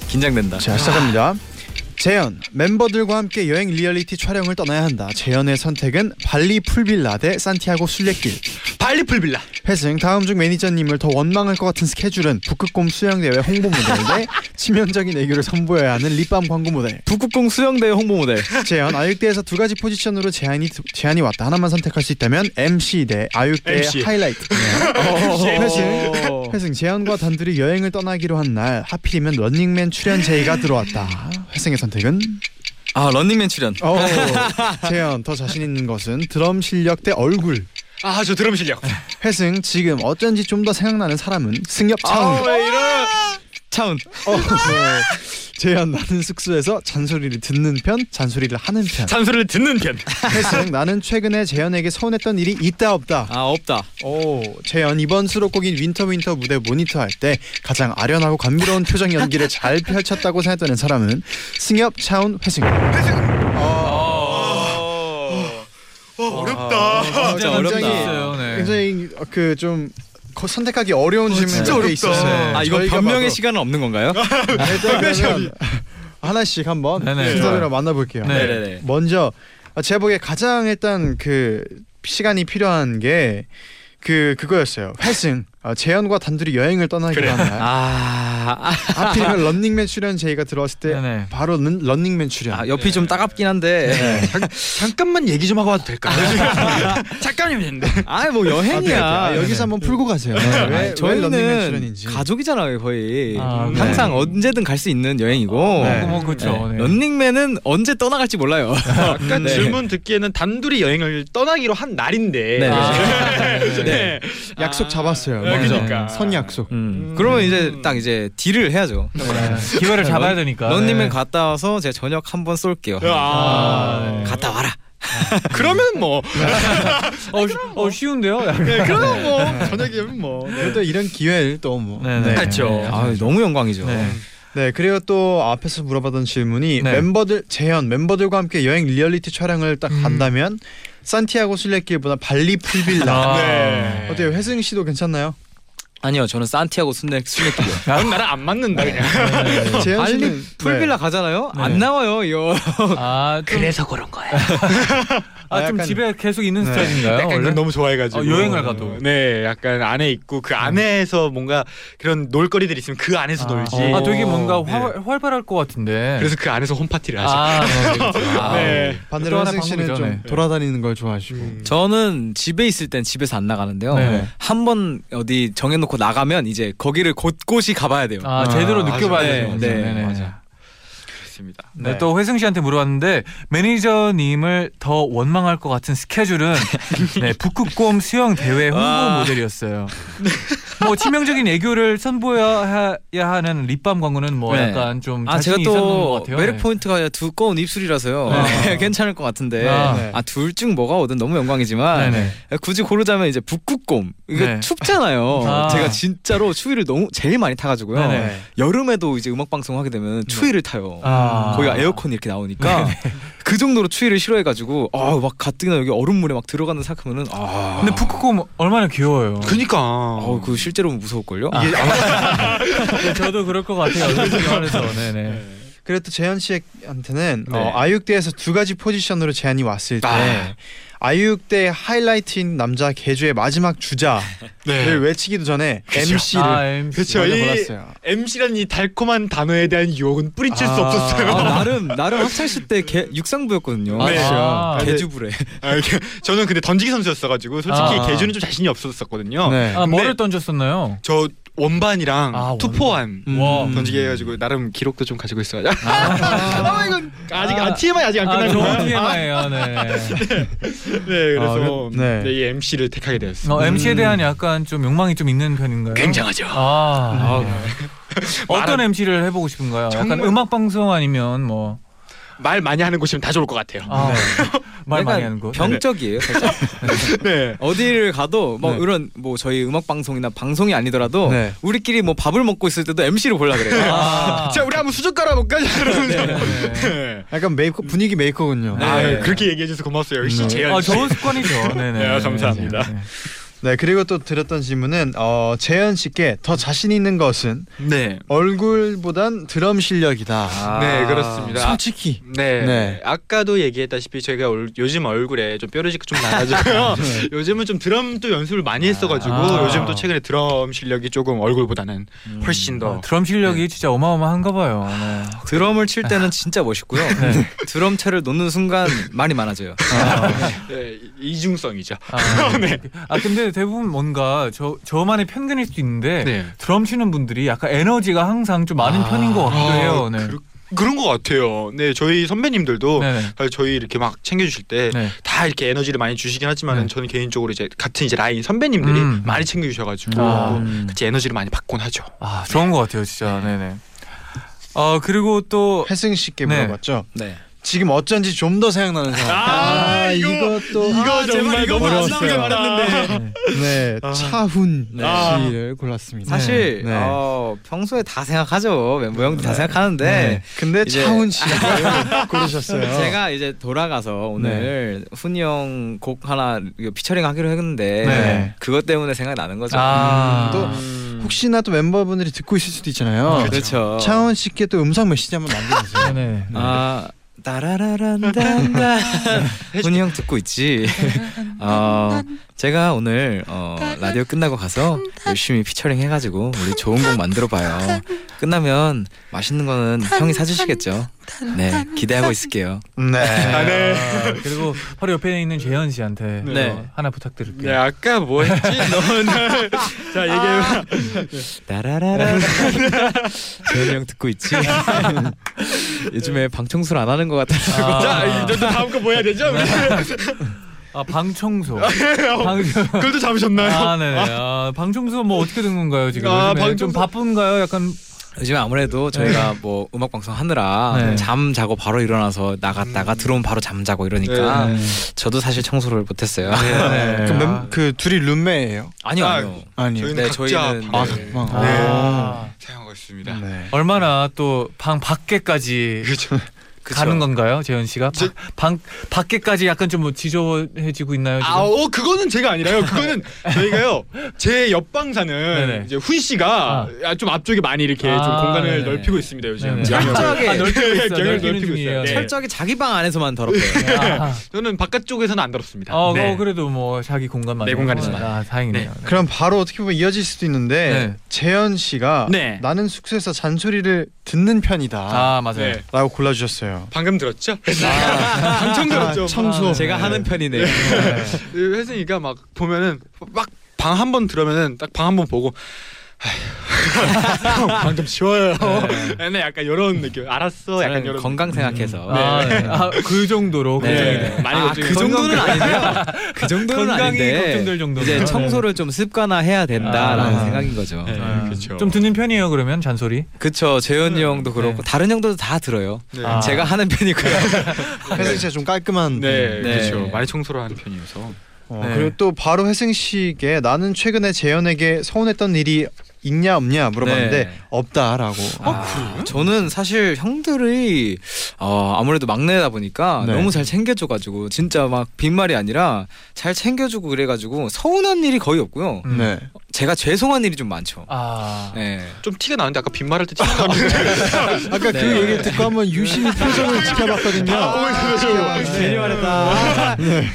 Speaker 7: 긴장된다.
Speaker 4: 자 시작합니다 재현 멤버들과 함께 여행 리얼리티 촬영을 떠나야 한다 재현의 선택은 발리 풀빌라 대 산티아고 순례길
Speaker 6: 발리풀 빌라.
Speaker 4: 회승 다음 중 매니저님을 더 원망할 것 같은 스케줄은 북극곰 수영대회 홍보 모델 대 치명적인 애교를 선보여야 하는 립밤 광고 모델
Speaker 7: 북극공 수영대회 홍보 모델.
Speaker 4: 재현 아육대에서 두 가지 포지션으로 제안이 제안이 왔다 하나만 선택할 수 있다면 MC 대 아육대
Speaker 6: MC.
Speaker 4: 하이라이트
Speaker 7: 어.
Speaker 4: 회승 회승 재현과 단둘이 여행을 떠나기로 한 날 하필이면 런닝맨 출연 제의가 들어왔다 회승의 선택은
Speaker 7: 아 런닝맨 출연.
Speaker 4: 어, 재현 더 자신 있는 것은 드럼 실력 대 얼굴
Speaker 6: 아 저 드럼 실력.
Speaker 4: 회승 지금 어쩐지 좀 더 생각나는 사람은 승엽 차은
Speaker 6: 왜 이런?
Speaker 7: 차운.
Speaker 4: 어, 재현 나는 숙소에서 잔소리를 듣는 편, 잔소리를 하는 편.
Speaker 6: 잔소리를 듣는 편.
Speaker 4: 태승 나는 최근에 재현에게 서운했던 일이 있다 없다.
Speaker 7: 아 없다.
Speaker 4: 오, 재현 이번 수록곡인 윈터 윈터 무대 모니터할 때 가장 아련하고 감미로운 표정 연기를 잘 펼쳤다고 생각되는 사람은 승엽, 차운, 회승.
Speaker 6: 어,
Speaker 7: 아, 진짜 어렵다.
Speaker 4: 굉장히,
Speaker 2: 있어요, 네.
Speaker 4: 굉장히 그좀 선택하기 어려운 질문이
Speaker 7: 진짜
Speaker 4: 꽤
Speaker 7: 어렵다.
Speaker 4: 있었어요.
Speaker 7: 아 이거
Speaker 4: 저희가
Speaker 7: 변명의
Speaker 4: 봐도
Speaker 7: 시간은 없는 건가요?
Speaker 4: 일단은 하나씩 한번
Speaker 2: 네네,
Speaker 4: 순서대로
Speaker 2: 좋아요.
Speaker 4: 만나볼게요.
Speaker 2: 네.
Speaker 7: 네네네.
Speaker 4: 먼저 아, 제복에 가장 일단 그 시간이 필요한 게 그 그거였어요. 회승 어, 재현과 단둘이 여행을 떠나기로 한 날.
Speaker 7: 아,
Speaker 4: 하필이면 런닝맨 출연 제의가 들어왔을 때
Speaker 2: 네네.
Speaker 4: 바로 는, 런닝맨 출연.
Speaker 7: 아 네. 옆이 좀 따갑긴 한데. <laughs>
Speaker 6: 잠깐만 얘기 좀 하고 와도 될까요? <laughs> 잠깐이면 되는데.
Speaker 7: 아 뭐 여행이야. 네.
Speaker 4: 아, 여기서 한번 풀고 가세요. 왜, 왜 런닝맨
Speaker 7: 저희는
Speaker 4: 출연인지.
Speaker 7: 가족이잖아요 거의.
Speaker 2: 아, 네.
Speaker 7: 항상 언제든 갈 수 있는 여행이고.
Speaker 4: 네.
Speaker 2: 뭐 그렇죠. 네.
Speaker 7: 런닝맨은 언제 떠나갈지 몰라요.
Speaker 6: 약간
Speaker 7: 네.
Speaker 6: 질문 듣기에는 단둘이 여행을 떠나기로 한 날인데.
Speaker 7: 네.
Speaker 6: <laughs> 네. 네.
Speaker 4: 약속 잡았어요.
Speaker 6: 네,
Speaker 4: 먼저.
Speaker 6: 그러니까.
Speaker 4: 선 약속.
Speaker 7: 아, 음. 그러면 이제 딱 이제 딜을 해야죠.
Speaker 2: 네. 기회를 잡아야 되니까.
Speaker 4: 네.
Speaker 2: 네.
Speaker 7: 런닝맨 갔다 와서 제가 저녁 한번 쏠게요.
Speaker 6: 아.
Speaker 2: 네.
Speaker 7: 갔다 와라.
Speaker 6: <laughs> 그러면 뭐.
Speaker 2: 어, 쉬- 어 쉬운데요? 약간.
Speaker 6: 네, 그럼 뭐 저녁이면 뭐.
Speaker 4: 그래도 이런 기회를 또 뭐.
Speaker 2: 네. 네네.
Speaker 4: 네.
Speaker 6: 그렇죠.
Speaker 7: 아 너무 영광이죠.
Speaker 2: 네.
Speaker 4: 네 그리고 또 앞에서 물어봤던 질문이
Speaker 2: 네.
Speaker 4: 멤버들 재현 멤버들과 함께 여행 리얼리티 촬영을 딱
Speaker 2: 음.
Speaker 4: 간다면 산티아고 순례길보다 발리 풀빌라
Speaker 2: 아.
Speaker 6: 네.
Speaker 4: 어때요 회승 씨도 괜찮나요?
Speaker 7: <laughs> 아니요 저는 산티아고 순례 <laughs> 순례길이요.
Speaker 6: 그건 나랑 안 맞는다 그냥.
Speaker 2: 아, 네.
Speaker 4: 재현 씨는 네,
Speaker 7: 알리 풀빌라 가잖아요. 안 나와요 이거.
Speaker 2: 아, 좀, 그래서 그런 거야. <laughs> 아,
Speaker 4: 아,
Speaker 2: 좀
Speaker 4: 약간-
Speaker 2: 집에 계속 있는
Speaker 4: 네.
Speaker 2: 스타일인가요?
Speaker 6: 약간
Speaker 2: 원래?
Speaker 6: 그건 너무 좋아해가지고
Speaker 2: 어, 여행을 가도.
Speaker 6: 네 약간 안에 있고 그 안에서 뭔가 그런 놀거리들이 있으면 그 안에서 놀지
Speaker 2: 아, 되게 뭔가
Speaker 6: 네.
Speaker 2: 활, 활발할 것 같은데.
Speaker 6: 그래서 그 안에서 홈파티를 하죠
Speaker 2: 아, 네, 그렇죠. 아,
Speaker 6: <laughs> 네.
Speaker 4: 네. 반대로
Speaker 2: 또 하나
Speaker 4: 회승 씨는
Speaker 2: 방법이죠. 음.
Speaker 4: 좀
Speaker 2: 네.
Speaker 4: 돌아다니는 걸 좋아하시고
Speaker 7: 음. 저는 집에 있을 땐 집에서 안 나가는데요.
Speaker 2: 네.
Speaker 7: 한 번 어디 정해놓고 나가면 이제 거기를 곳곳이 가봐야 돼요.
Speaker 2: 아, 제대로
Speaker 4: 아,
Speaker 2: 느껴봐야
Speaker 7: 네,
Speaker 2: 되는 거죠.
Speaker 7: 네,
Speaker 2: 네네.
Speaker 7: 맞아.
Speaker 6: 그렇습니다
Speaker 2: 네. 또 회승 씨한테 물어봤는데 매니저님을 더 원망할 것 같은 스케줄은 네, 북극곰 수영 대회 홍보
Speaker 7: 와.
Speaker 2: 모델이었어요. 뭐 치명적인 애교를 선보여야 하는 립밤 광고는 뭐
Speaker 7: 네.
Speaker 2: 약간 좀
Speaker 7: 아 제가
Speaker 2: 자신이 있었던 것
Speaker 7: 또
Speaker 2: 같아요.
Speaker 7: 매력
Speaker 2: 네.
Speaker 7: 포인트가 두꺼운 입술이라서요.
Speaker 2: 네.
Speaker 7: <laughs> 괜찮을 것 같은데
Speaker 2: 아.
Speaker 4: 네.
Speaker 7: 아둘 중 뭐가 오든 너무 영광이지만
Speaker 2: 네네.
Speaker 7: 굳이 고르자면 이제 북극곰 이거
Speaker 2: 네.
Speaker 7: 춥잖아요.
Speaker 2: <laughs> 아.
Speaker 7: 제가 진짜로 추위를 너무 제일 많이 타가지고요.
Speaker 2: 네네. 네.
Speaker 7: 여름에도 이제 음악 방송 하게 되면 추위를 타요.
Speaker 2: 아.
Speaker 7: 거기가 에어컨 이렇게 나오니까 그 정도로 추위를 싫어해가지고 아막 가뜩이나 여기 얼음물에 막 들어가는 생각하면은 아
Speaker 2: 근데 북극곰 얼마나 귀여워요.
Speaker 6: 그니까
Speaker 7: 어, 그 실제로 무서울걸요?
Speaker 2: 네, 저도 그럴 것 같아요. 솔직히 <laughs> 말해서. 네네. 아,
Speaker 4: 그리고 또 재현 씨한테는
Speaker 6: 네.
Speaker 4: 어, 아육대에서 두 가지 포지션으로 제안이 왔을 때
Speaker 6: 아.
Speaker 4: 아육대 하이라이트인 남자 개주의 마지막 주자를
Speaker 6: 네.
Speaker 4: 외치기도 전에 MC를
Speaker 2: 아, MC.
Speaker 4: 먼저
Speaker 6: 그쵸. 그렇죠. 이-
Speaker 4: 골랐어요.
Speaker 6: MC란 이 달콤한 단어에 대한 유혹은 뿌리칠
Speaker 2: 아.
Speaker 6: 수 없었어요
Speaker 7: 아, 나름 나름 학창 시때 개, 육상부였거든요.
Speaker 6: 네.
Speaker 2: 아,
Speaker 6: 네.
Speaker 7: 개주부래.
Speaker 6: 아, 이게- <laughs> 저는 근데 던지기 선수였어가지고 솔직히
Speaker 2: 아.
Speaker 6: 개주는 좀 자신이 없었었거든요
Speaker 4: 네.
Speaker 2: 아, 뭐를
Speaker 6: 근데-
Speaker 2: 던졌었나요?
Speaker 6: 저 원반이랑
Speaker 2: 아,
Speaker 6: 투포함
Speaker 7: 음.
Speaker 2: 와.
Speaker 6: 던지기 해가지고 나름 기록도 좀 가지고 있어가지고 <laughs> 아, 이건 아직
Speaker 2: 아.
Speaker 6: 아, TMI 아직 안
Speaker 2: 아,
Speaker 6: 끝난 거예요
Speaker 2: 좋은 TMI예요. 네.
Speaker 6: 네, 그래서
Speaker 4: 아, 그- 네.
Speaker 6: 네. 이 MC를 택하게 되었습니다.
Speaker 2: 어, MC에 대한 약간 좀 욕망이 좀 있는 편인가요?
Speaker 6: 굉장하죠.
Speaker 2: 아, 어떤 MC를 해보고 싶은가요?
Speaker 6: 정말-
Speaker 2: 약간 음악 방송 아니면 뭐.
Speaker 6: 말 많이 하는 곳이면 다 좋을 것 같아요.
Speaker 2: 아, <laughs> 말 많이
Speaker 7: 약간
Speaker 2: 하는 거.
Speaker 7: 병적이에요. 사실.
Speaker 6: 네.
Speaker 7: 어디를 가도 뭐
Speaker 4: 네.
Speaker 7: 이런 뭐 저희 음악 방송이나 방송이 아니더라도
Speaker 4: 네.
Speaker 7: 우리끼리 뭐 밥을 먹고 있을 때도 MC를 보려 그래요.
Speaker 2: 아,
Speaker 6: 자, 우리 한번 수족 깔아볼까? 이러면서. 네.
Speaker 4: 약간 메이커 분위기 메이커군요.
Speaker 6: 아, 그렇게 얘기해줘서 고마웠어요. 역시
Speaker 4: 네.
Speaker 6: 재현
Speaker 2: 아,
Speaker 6: 씨.
Speaker 2: 좋은 습관이죠. 네네.
Speaker 6: 네, 감사합니다.
Speaker 4: 네 그리고 또 드렸던 질문은 어, 재현 씨께 더 자신 있는 것은
Speaker 6: 네.
Speaker 4: 얼굴보단 드럼 실력이다.
Speaker 6: 네, 그렇습니다.
Speaker 4: 솔직히
Speaker 6: 네.
Speaker 4: 네.
Speaker 6: 아까도 얘기했다시피 저희가 올- 요즘 얼굴에 좀 뾰루지가 좀
Speaker 2: <laughs>
Speaker 6: 나가지고요. 요즘은 좀 드럼도 연습을 많이 했어가지고
Speaker 2: 네. 아.
Speaker 6: 요즘 또 최근에 드럼 실력이 조금 얼굴보다는 훨씬 더.
Speaker 2: 아, 드럼 실력이 진짜 어마어마한가 봐요. 네.
Speaker 7: 드럼을 칠 때는 진짜 멋있고요. 네. 드럼 채를 놓는 순간 말이 많아져요.
Speaker 6: 네, 이- 이중성이죠. <laughs> 네.
Speaker 2: 아, 아 근데 대부분 뭔가 저 저만의 편견일 수도 있는데
Speaker 6: 네. 아,
Speaker 2: 드럼 치는 분들이 약간 에너지가 항상 좀 많은 편인 것 같기도 해요. 네.
Speaker 6: 그, 런것 같아요. 네, 저희 선배님들도
Speaker 2: 네네.
Speaker 6: 사실 저희 이렇게 막 챙겨주실 때 다
Speaker 2: 네.
Speaker 6: 이렇게 에너지를 많이 주시긴 하지만
Speaker 2: 네.
Speaker 6: 은 저는 개인적으로 이제 같은 이제 라인 선배님들이
Speaker 2: 음.
Speaker 6: 많이 챙겨주셔가지고
Speaker 2: 아.
Speaker 6: 같이 에너지를 많이 받곤 하죠.
Speaker 2: 아 좋은 것 같아요, 진짜. 네네. 어 그리고 또
Speaker 4: 혜승 씨께
Speaker 2: 네.
Speaker 4: 물어봤죠.
Speaker 7: 네.
Speaker 4: 지금 어쩐지 좀 더 생각나는 상황.
Speaker 6: 아, 이거-
Speaker 4: 또
Speaker 6: 아, 이거 정말 너무 아.
Speaker 4: 어려웠어요. 네 차훈
Speaker 7: 네.
Speaker 4: 씨를 골랐습니다.
Speaker 7: 사실
Speaker 4: 네.
Speaker 7: 어, 평소에 다 생각하죠. 멤버 형도 다 생각하는데
Speaker 4: 네. 근데
Speaker 7: 이제- 아,
Speaker 4: 차훈 씨를 고르셨어요.
Speaker 7: 제가 이제 돌아가서 오늘 훈이 형 곡 하나 이거 피처링 하기로 했는데
Speaker 4: 네.
Speaker 7: 그것 때문에 생각이 나는 거죠.
Speaker 2: 아.
Speaker 4: 또 음. 혹시나 또 멤버분들이 듣고 있을 수도 있잖아요.
Speaker 7: 그렇죠.
Speaker 4: 차훈 씨께 또 음성 메시지 한번 남겨주세요.
Speaker 2: 네.
Speaker 7: 아 따라라란단다 <laughs> 훈이 형 듣고 있지. 어, 제가 오늘 어, 라디오 끝나고 가서 열심히 피처링 해가지고 우리 좋은 곡 만들어봐요. 끝나면 맛있는 거는 형이 사주시겠죠. 네 기대하고 있을게요.
Speaker 4: 네.
Speaker 2: 아, 그리고 바로 옆에 있는 재현 씨한테
Speaker 7: 네.
Speaker 2: 어, 하나 부탁드릴게요.
Speaker 6: 네, 아까 뭐 했지? 너는 자 얘기해.
Speaker 7: 따라라라 <laughs> 재현이 형 듣고 <laughs> 있지? 요즘에 방 청소를 안 하는 것 같아서
Speaker 2: 아,
Speaker 6: 자, 이제 또 다음 거 뭐 해야 되죠? <laughs> 우리?
Speaker 2: 아 방청소. 방...
Speaker 6: 그걸 또 잡으셨나요?
Speaker 2: 아, 네네. 아, 방청소 뭐 어떻게 된 건가요 지금?
Speaker 6: 아,
Speaker 2: 요즘에 좀
Speaker 6: 방청소-
Speaker 2: 바쁜가요? 약간
Speaker 7: 요즘에 아무래도 저희가 뭐 음악 방송 하느라
Speaker 2: 네. 음.
Speaker 7: 잠 자고 바로 일어나서 나갔다가 들어오면 바로 잠 자고 이러니까
Speaker 2: 네.
Speaker 7: 저도 사실 청소를 못했어요.
Speaker 2: 네.
Speaker 4: 그, 멤, 그 둘이 룸메예요?
Speaker 7: <laughs> 아니요,
Speaker 6: 아,
Speaker 7: 아니요.
Speaker 4: 아니요.
Speaker 6: 저희는
Speaker 7: 네,
Speaker 6: 각자
Speaker 7: 저희는-
Speaker 4: 아,
Speaker 6: 방을
Speaker 7: 네.
Speaker 4: 잠깐만.
Speaker 2: 아.
Speaker 6: 사용하고 있습니다.
Speaker 4: 네.
Speaker 2: 얼마나 또 방 밖에까지
Speaker 6: 그렇죠.
Speaker 7: 그쵸?
Speaker 2: 가는 건가요, 재현 씨가?
Speaker 6: 저-
Speaker 2: 바- 방 밖에까지 약간 좀 뭐 지저분해지고 있나요? 지금?
Speaker 6: 아, 어, 그거는 제가 아니라요. 그거는 저희가요. 제 옆방 사는
Speaker 2: 네네.
Speaker 6: 이제 훈 씨가 아, 좀 앞쪽에 많이 이렇게 좀
Speaker 2: 아,
Speaker 6: 공간을
Speaker 2: 네네.
Speaker 6: 넓히고 있습니다 요즘.
Speaker 2: 네네.
Speaker 7: 철저하게
Speaker 2: 아, 넓히고 있어요.
Speaker 6: 경을
Speaker 2: 넓히는
Speaker 6: 넓히고
Speaker 2: 중이에요.
Speaker 6: 있어요. 네.
Speaker 7: 철저하게 자기 방 안에서만 더럽고요.
Speaker 2: 아,
Speaker 6: 저는 바깥쪽에서는 안 들었습니다.
Speaker 2: 어,
Speaker 6: 네.
Speaker 2: 어, 그래도 뭐 자기 공간만
Speaker 6: 내 공간에서만.
Speaker 2: 아, 다행이네요. 네.
Speaker 4: 그럼 바로 어떻게 보면 이어질 수도 있는데
Speaker 2: 네.
Speaker 4: 재현 씨가
Speaker 6: 네.
Speaker 4: 나는 숙소에서 잔소리를 듣는 편이다
Speaker 2: 아, 맞아요.
Speaker 6: 네.
Speaker 4: 라고 골라주셨어요.
Speaker 6: 방금 들었죠? 방청 들었죠.
Speaker 4: 청소.
Speaker 2: 네.
Speaker 7: <laughs> 아, 제가 하는 편이네요.
Speaker 6: 그 혜승이가 막 보면은 막 방 한 번 들으면은 딱 방 한 번 보고 방좀 치워요. <laughs> 네. 약간 이런 느낌. 알았어. 약간
Speaker 7: 저는
Speaker 6: 이런.
Speaker 7: <laughs> 건강 생각해서
Speaker 2: 아, 네. 아, 그 정도로 걱정이 돼요.
Speaker 7: 네.
Speaker 6: 많이
Speaker 7: 아,
Speaker 6: 걱정이
Speaker 7: 그 정도는
Speaker 6: 건강-
Speaker 7: 아닌데요. 그 정도는
Speaker 2: 건강이
Speaker 7: 아닌데
Speaker 2: 걱정될 정도는.
Speaker 7: 이제
Speaker 2: 네.
Speaker 7: 청소를 좀 습관화해야 된다라는
Speaker 4: 아.
Speaker 7: 생각인 거죠.
Speaker 6: 네,
Speaker 2: 아,
Speaker 6: 그렇죠.
Speaker 2: 좀 듣는 편이에요, 그러면 잔소리?
Speaker 7: 그쵸 재현이 형도 그렇고
Speaker 2: 네.
Speaker 7: 다른 형도 다 들어요.
Speaker 6: 네.
Speaker 2: 아.
Speaker 7: 제가 하는 편이고요.
Speaker 4: 네. 혜승 씨가 좀 깔끔한.
Speaker 6: 네,
Speaker 7: 네.
Speaker 6: 그렇죠. 많이 청소를 하는 편이어서.
Speaker 4: 어,
Speaker 2: 네.
Speaker 4: 그리고 또 바로 혜승 씨에게 나는 최근에 재현에게 서운했던 일이 있냐 없냐 물어봤는데
Speaker 7: 네.
Speaker 4: 없다라고.
Speaker 7: 아, 저는 사실 형들이 어, 아무래도 막내다 보니까
Speaker 4: 네.
Speaker 7: 너무 잘 챙겨줘가지고 진짜 막 빈말이 아니라 잘 챙겨주고 그래가지고 서운한 일이 거의 없고요.
Speaker 2: 음.
Speaker 4: 네.
Speaker 7: 제가 죄송한 일이 좀 많죠.
Speaker 2: 아.
Speaker 7: 네.
Speaker 6: 좀 티가 나는데 아까 빈말할 때 티가 나는데.
Speaker 4: 아까
Speaker 7: 네.
Speaker 4: 그 얘기를 듣고 한번 유심히 표정을 지켜봤거든요. 아,
Speaker 6: 네.
Speaker 4: 네.
Speaker 6: 괜히
Speaker 7: 말했다.
Speaker 6: 네.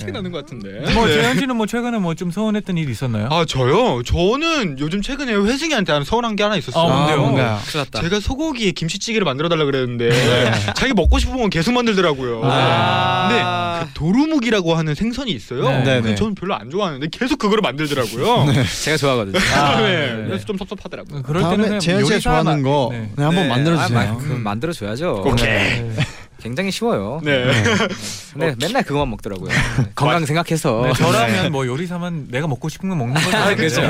Speaker 6: 티가 나는 것 같은데.
Speaker 2: 뭐 재현 씨는 뭐 최근에 뭐 좀 서운했던 일이 있었나요?
Speaker 6: 아 저요? 저는 요즘 최근에 회승이한테 하는 서운한 게 하나 있었어요.
Speaker 2: 아, 뭔데요?
Speaker 4: 뭔가요?
Speaker 7: 큰일 났다. 네.
Speaker 6: 제가 소고기에 김치찌개를 만들어 달라 그랬는데 자기 먹고 싶은 건 계속 만들더라고요.
Speaker 7: 아.
Speaker 6: 근데 그 도루묵이라고 하는 생선이 있어요.
Speaker 2: 네.
Speaker 4: 네, 네.
Speaker 6: 근데 저는 별로 안 좋아하는데 계속 그거를 만들더라고요. 네.
Speaker 7: 제가 좋아하거든요.
Speaker 6: 네.
Speaker 7: 네.
Speaker 6: 그래서 좀 섭섭하더라고요.
Speaker 2: 그럴 때는
Speaker 4: 다음에
Speaker 2: 그냥
Speaker 4: 재현 씨가
Speaker 2: 요리사
Speaker 4: 좋아하는
Speaker 2: 마-
Speaker 4: 거
Speaker 2: 네.
Speaker 4: 네, 한번
Speaker 7: 네.
Speaker 4: 만들어
Speaker 7: 아,
Speaker 4: 주세요.
Speaker 7: 마- 그럼 만들어줘야죠.
Speaker 2: 네.
Speaker 7: 굉장히 쉬워요.
Speaker 6: 네.
Speaker 7: 근데 맨날 그것만 먹더라고요. 네. 건강 생각해서.
Speaker 2: 네, 저라면 뭐 요리사만 내가 먹고 싶은 거 먹는 거죠.
Speaker 7: 어, 아, <laughs> 그렇죠.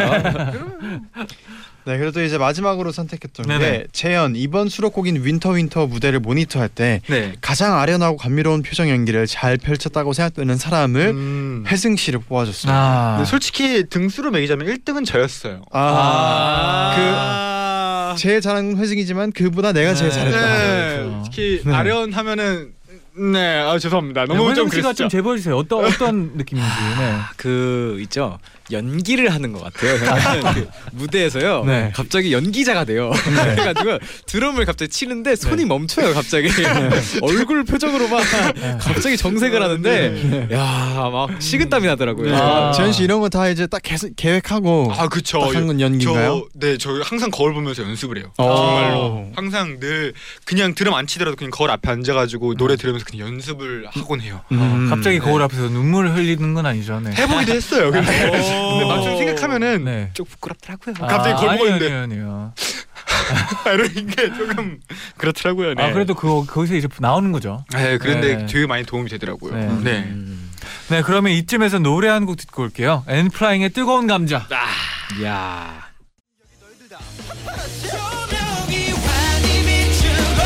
Speaker 4: 네, 그래도 이제 마지막으로 선택했던
Speaker 2: 네네.
Speaker 4: 게 재현 이번 수록곡인 윈터 윈터 무대를 모니터할 때
Speaker 6: 네.
Speaker 4: 가장 아련하고 감미로운 표정 연기를 잘 펼쳤다고 생각되는 사람을
Speaker 6: 음.
Speaker 4: 혜승 씨를 뽑아줬어요.
Speaker 2: 아.
Speaker 6: 근데 솔직히 등수로 매기자면 1등은 저였어요.
Speaker 4: 아, 그 제일 잘한 회승이지만 그보다 내가 제일
Speaker 2: 네.
Speaker 4: 잘했다.
Speaker 2: 그렇죠.
Speaker 6: 특히
Speaker 7: 네.
Speaker 6: 아련하면은 네, 아 죄송합니다. 너무
Speaker 2: 네,
Speaker 6: 좀
Speaker 2: 씨가
Speaker 6: 그랬죠. 아,
Speaker 2: 좀 제보해 주세요. 어떤 어떤 느낌인지. 네.
Speaker 7: 그 있죠. 연기를 하는 것 같아요. 저는 그 무대에서요.
Speaker 2: 네.
Speaker 7: 갑자기 연기자가 돼요. 그래가지고 드럼을 갑자기 치는데 손이 멈춰요. 갑자기 얼굴 표정으로만
Speaker 6: 네.
Speaker 7: 갑자기 정색을 하는데 야 막 식은땀이 나더라고요.
Speaker 2: 아.
Speaker 4: 재현 씨 이런 거 다 이제 딱 계속 계획하고
Speaker 6: 아 그쵸.
Speaker 4: 딱 한 건 연기인가요?
Speaker 6: 저, 네, 저 항상 거울 보면서 연습을 해요.
Speaker 4: 어.
Speaker 6: 정말로 항상 늘 그냥 드럼 안 치더라도 그냥 거울 앞에 앉아가지고 노래 들으면서 그냥 연습을 하곤 해요.
Speaker 4: 음.
Speaker 2: 갑자기 거울 앞에서 눈물을 흘리는 건 아니죠. 네.
Speaker 6: 해보기도 했어요. 근데, 근데 막상 생각하면은
Speaker 2: 네.
Speaker 6: 좀 부끄럽더라고요. 갑자기 거울
Speaker 2: 아니요,
Speaker 6: 보는데 아,
Speaker 2: 아니요, 아니요.
Speaker 6: 이런 게 조금 그렇더라고요. 네.
Speaker 2: 아 그래도 그거 거기서 이제 나오는 거죠.
Speaker 6: 네, 그런데
Speaker 2: 네.
Speaker 6: 되게 많이 도움이 되더라고요.
Speaker 2: 네.
Speaker 6: 네.
Speaker 7: 음.
Speaker 2: 네, 그러면 이쯤에서 노래 한 곡 듣고 올게요. 엔플라잉의 뜨거운 감자.
Speaker 7: 야
Speaker 1: 조명이 환히 비추고